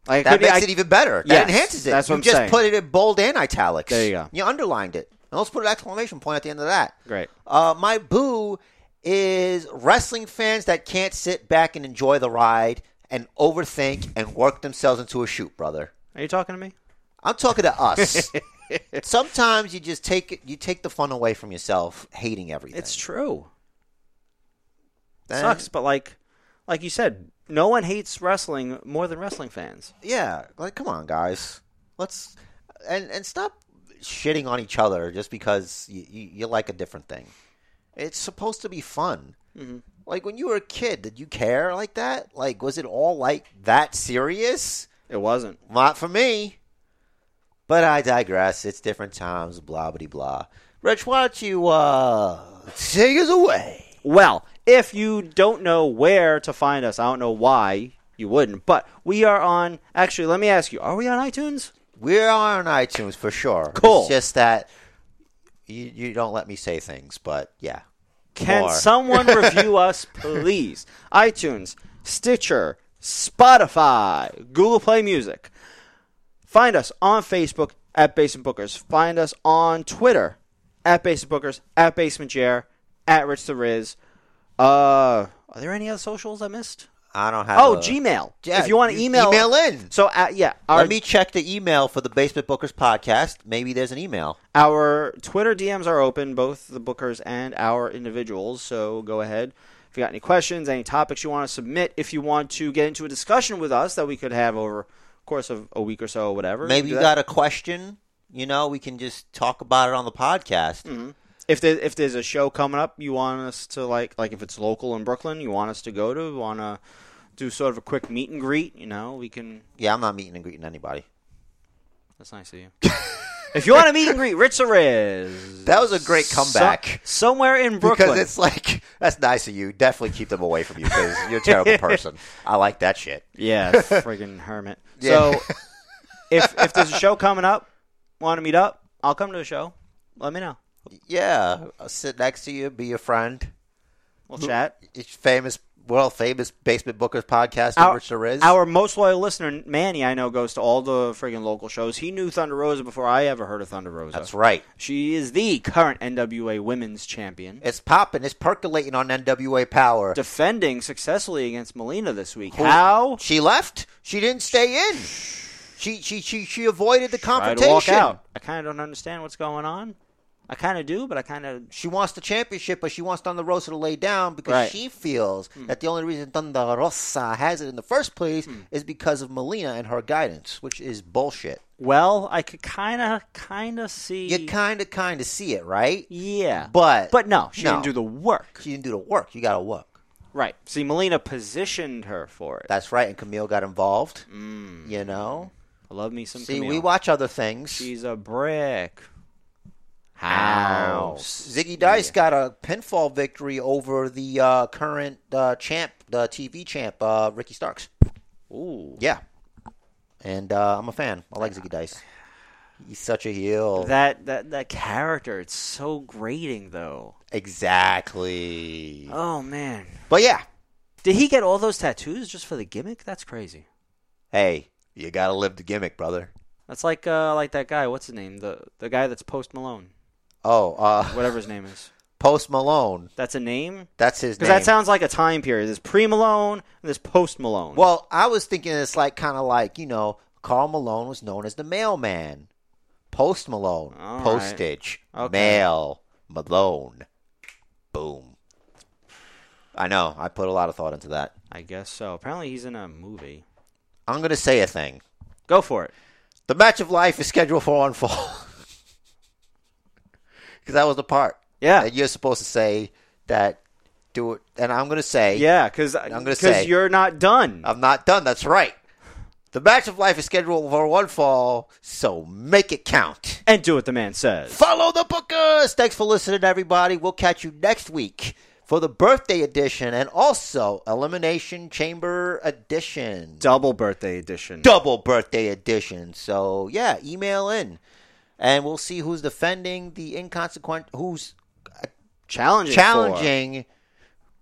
Like,
That
could be-
makes
I-
it e even better.
Yes,
that enhances it.
that's what
you
I'm
just
saying.
put it in bold and italics.
There you go.
You underlined it. And let's put an exclamation point at the end of that.
Great.
Uh, my boo is wrestling fans that can't sit back and enjoy the ride and overthink and work themselves into a shoot, brother.
Are you talking to me?
I'm talking to us. Sometimes you just take it, you take the fun away from yourself, hating everything.
It's true.
Then-
Sucks, but like, like you said, no one hates wrestling more than wrestling fans.
Yeah, like come on, guys. Let's and and stop shitting on each other just because you, you, you like a different thing. It's supposed to be fun. Like when you were a kid, did you care like that? Like, was it all like that serious?
It wasn't.
Not for me. But I digress. It's different times. Blah blah blah. Rich, why don't you uh, take us away?
Well, if you don't know where to find us, I don't know why you wouldn't, but we are on. Actually, let me ask you: Are we on iTunes?
We are on iTunes for sure.
Cool.
It's just that you, you don't let me say things, but yeah.
Can
More. [laughs]
someone review us, please? iTunes, Stitcher, Spotify, Google Play Music. Find us on Facebook at Basement Bookers. Find us on Twitter at Basement Bookers, at Basement Jair, at Rich the Riz. Uh, are there any other socials I missed?
I don't have.
Oh,
a-
Gmail.
Uh, yeah,
if you want to
you
email,
email in.
So uh, yeah, our
Let me check the email for the Basement Bookers podcast. Maybe there's an email.
Our Twitter DMs are open, both the bookers and our individuals. So go ahead. If you got any questions, any topics you want to submit, if you want to get into a discussion with us that we could have over the course of a week or so, whatever.
Maybe
do
you
that.
got a question. You know, we can just talk about it on the podcast.
Mm-hmm. if there, if there's a show coming up you want us to like like if it's local in Brooklyn you want us to go to want to do sort of a quick meet and greet. You know, we can.
Yeah, I'm not meeting and greeting anybody.
That's
[laughs]
nice of you. if you want to meet and greet Rich Ariz,
That was a great comeback.
somewhere in Brooklyn.
Because it's like that's nice of you. Definitely keep them away from you because you're a terrible
[laughs]
person. I like that shit. [laughs]
Yeah, friggin' hermit.
Yeah. [laughs]
So if if there's a show coming up, want to meet up, I'll come to the show. Let me know.
Yeah, I'll sit next to you, be your friend.
We'll chat.
It's famous, world famous Basement Bookers podcast.
Our,
which there is.
our most loyal listener, Manny, I know, goes to all the friggin' local shows. He knew Thunder Rosa before I ever heard of Thunder Rosa.
that's right.
She is the current NWA Women's Champion,
It's popping. It's percolating on NWA Power.
defending successfully against Melina this week. How?
She left. She didn't stay in. She she she she avoided the
Tried
confrontation.
to walk out. I kind of don't understand what's going on. I kind of do, but I kind of
She wants the championship, but she wants Thunder Rosa to lay down because
Right. Hmm.
she feels that the only reason Thunder Rosa has it in the first place is because of Melina and her guidance, which is bullshit.
well, I could kind of kind of see
You kind of kind of see it, right?
Yeah.
But
But no, she
no.
didn't do the work.
She didn't do the work. You got to work.
Right. See, Melina positioned her for it.
That's right. And Camille got involved. You know.
I love me some
See,
Camille.
we watch other things.
She's a brick.
House. Ziggy Dice got a pinfall victory over the uh, current uh, champ, the TV champ, uh, Ricky Starks.
Ooh.
Yeah, and uh, I'm a fan. I like Ziggy Dice. He's such a heel.
That that that character, it's so grating though.
exactly.
Oh man.
But yeah,
Did he get all those tattoos just for the gimmick? That's crazy.
hey, you gotta live the gimmick, brother.
That's like uh like that guy, what's his name? The the guy that's post Malone.
Oh, uh,
Whatever his name is.
Post Malone.
That's a name?
That's his name.
Because that sounds like a time period. There's pre Malone and there's post Malone.
Well, I was thinking it's like kind of like you know, Carl Malone was known as the mailman. Post Malone,
All right.
postage,
Okay.
mail, Malone, boom. I know. I put a lot of thought into that.
I guess so. Apparently he's in a movie.
I'm gonna say a thing.
Go for it.
The match of life is scheduled for one fall. [laughs] Because that was the part
Yeah.
that you're supposed to say that do it, and I'm gonna say
[laughs] Yeah, because
gonna say- uh,
you're not done.
I'm not done. That's right. The match of life is scheduled for one fall, so make it count.
and do what the man says.
Follow the bookers. Thanks for listening, everybody. We'll catch you next week for the birthday edition and also Elimination Chamber edition.
Double birthday edition.
Double birthday edition. So yeah, email in, and we'll see who's defending the inconsequent, who's
Challenging.
challenging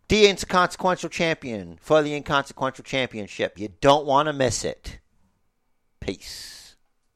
the inconsequential champion for the inconsequential championship. You don't want to miss it. Peace.